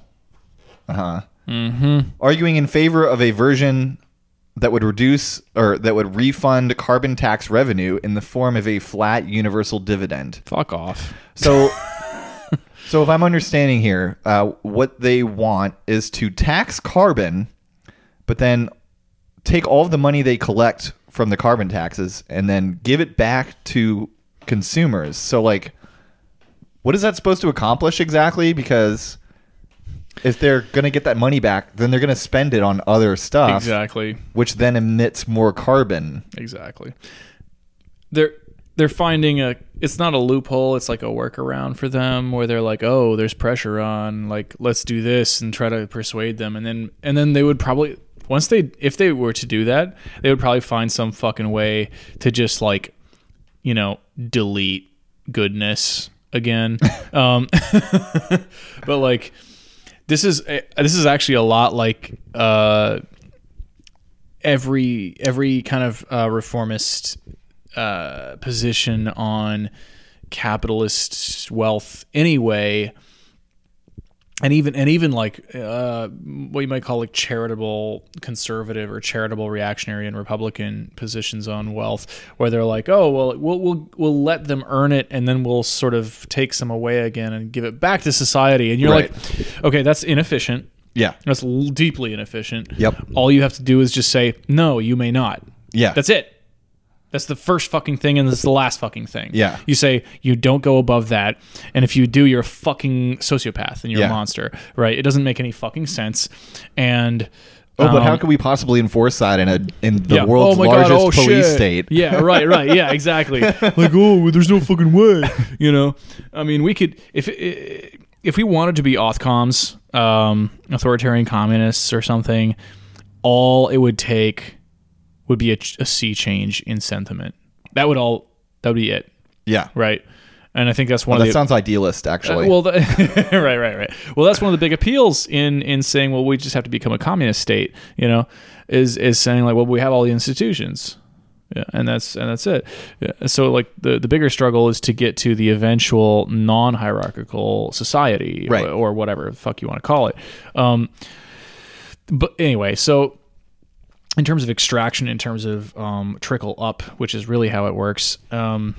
S1: uh-huh arguing in favor of a version that would reduce or that would refund carbon tax revenue in the form of a flat universal dividend
S2: fuck off.
S1: so, so if I'm understanding here, uh, what they want is to tax carbon, but then take all of the money they collect from the carbon taxes and then give it back to consumers. So, like, what is that supposed to accomplish exactly? Because if they're going to get that money back, then they're going to spend it on other stuff,
S2: Exactly.
S1: which then emits more carbon.
S2: Exactly. There they're finding a it's not a loophole it's like a workaround for them where they're like oh there's pressure on like let's do this and try to persuade them and then and then they would probably once they if they were to do that they would probably find some fucking way to just like you know delete goodness again um [laughs] but like this is eh, this is actually a lot like uh every every kind of uh, reformist uh, position on capitalist wealth anyway and even and even like uh, what you might call like charitable conservative or charitable reactionary and Republican positions on wealth, where they're like, oh well, we'll we'll we'll let them earn it, and then we'll sort of take some away again and give it back to society. And you're
S1: Right.
S2: like, okay, that's inefficient.
S1: Yeah.
S2: That's l- deeply inefficient.
S1: Yep.
S2: All you have to do is just say, no, you may not.
S1: Yeah.
S2: That's it. That's the first fucking thing, and that's the last fucking thing.
S1: Yeah.
S2: You say you don't go above that, and if you do, you're a fucking sociopath and you're a
S1: Yeah.
S2: monster, right? It doesn't make any fucking sense. And
S1: Oh, but how
S2: um,
S1: can we possibly enforce that in a in the
S2: yeah.
S1: world's
S2: Oh my God,
S1: largest
S2: oh
S1: police
S2: shit.
S1: state?
S2: Yeah, right, right.
S1: [laughs]
S2: Yeah, exactly. like, oh, well, there's no fucking way. [laughs] You know, I mean, we could if if we wanted to be authcoms, um, authoritarian communists or something, all it would take would be a, ch- a sea change in sentiment. That would all. That would be it,
S1: Yeah.
S2: right? And I think that's one
S1: That
S2: of the
S1: sounds idealist, actually.
S2: Uh, well, the, [laughs] right, right, right. Well, that's one of the big appeals in in saying, well, we just have to become a communist state. You know, is is saying like, well, we have all the institutions, yeah, and that's and that's it. Yeah. So like the the bigger struggle is to get to the eventual non hierarchical society,
S1: Right.
S2: or, or whatever the fuck you want to call it. Um, but anyway, so in terms of extraction, in terms of um, trickle up, which is really how it works. Um,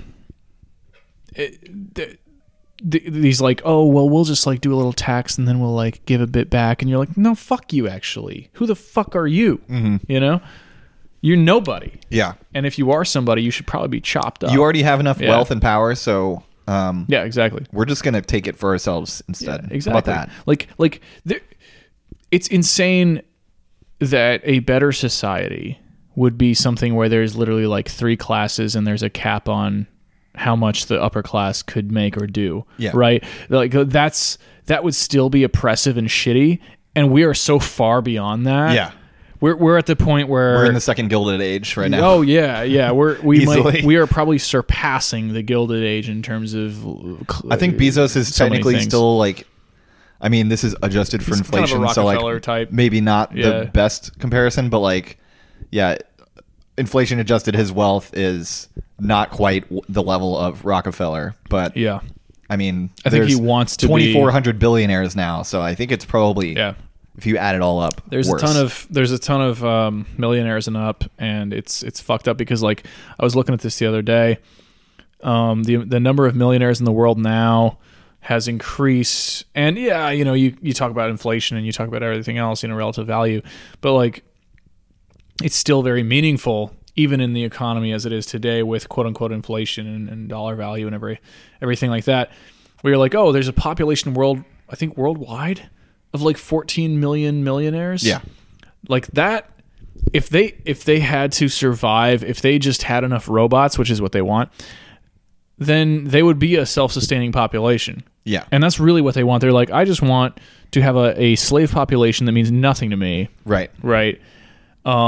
S2: it, th- th- these like, oh well, we'll just like do a little tax and then we'll like give a bit back, and you're like, no, fuck you. Actually, who the fuck are you? You know, you're nobody.
S1: yeah.
S2: And if you are somebody, you should probably be chopped up.
S1: You already have enough
S2: Yeah.
S1: wealth and power, so um,
S2: yeah, exactly.
S1: we're just gonna take it for ourselves instead. How
S2: exactly.
S1: about that?
S2: Like like there, it's insane that a better society would be something where there's literally like three classes and there's a cap on how much the upper class could make or do.
S1: Yeah.
S2: Right? Like that's that would still be oppressive and shitty and we are so far beyond that.
S1: Yeah.
S2: We're we're at the point where
S1: We're in the second gilded age right now.
S2: Oh yeah, yeah. We're we might,
S1: Easily.
S2: we are probably surpassing the Gilded Age in terms of. cl-
S1: I think Bezos is
S2: so many
S1: technically
S2: things.
S1: still like. I mean, this is adjusted for
S2: He's kind of a
S1: inflation, so
S2: Rockefeller
S1: like
S2: type.
S1: maybe not
S2: Yeah.
S1: the best comparison, but like, yeah, inflation adjusted, his wealth is not quite w- the level of Rockefeller, but
S2: Yeah,
S1: I mean,
S2: I think he wants to be-
S1: twenty four hundred billionaires now, so I think it's probably
S2: Yeah.
S1: If you add it all up,
S2: there's
S1: worse.
S2: a ton of there's a ton of um, millionaires and up, and it's it's fucked up because like I was looking at this the other day. Um, the the number of millionaires in the world now has increased, and yeah, you know, you you talk about inflation and you talk about everything else, you know, relative value, but like it's still very meaningful even in the economy as it is today with quote unquote inflation and, and dollar value and every everything like that where you're like oh there's a population world i think worldwide of like 14 million millionaires
S1: yeah,
S2: like that if they if they had to survive if they just had enough robots which is what they want then they would be a self-sustaining population
S1: yeah,
S2: and that's really what they want they're like i just want to have a, a slave population that means nothing to me
S1: right,
S2: right um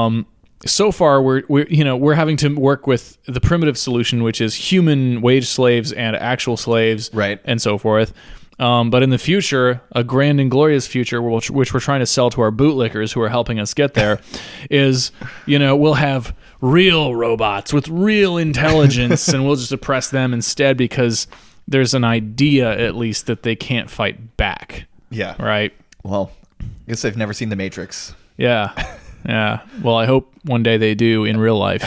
S2: so far we're we're you know we're having to work with the primitive solution which is human wage slaves and actual slaves
S1: Right.
S2: and so forth um, but in the future a grand and glorious future which, which we're trying to sell to our bootlickers who are helping us get there is you know we'll have real robots with real intelligence and we'll just oppress them instead because there's an idea at least that they can't fight back
S1: yeah.
S2: right
S1: Well, I guess I've never seen The Matrix.
S2: yeah. Yeah. Well, I hope one day they do in real life.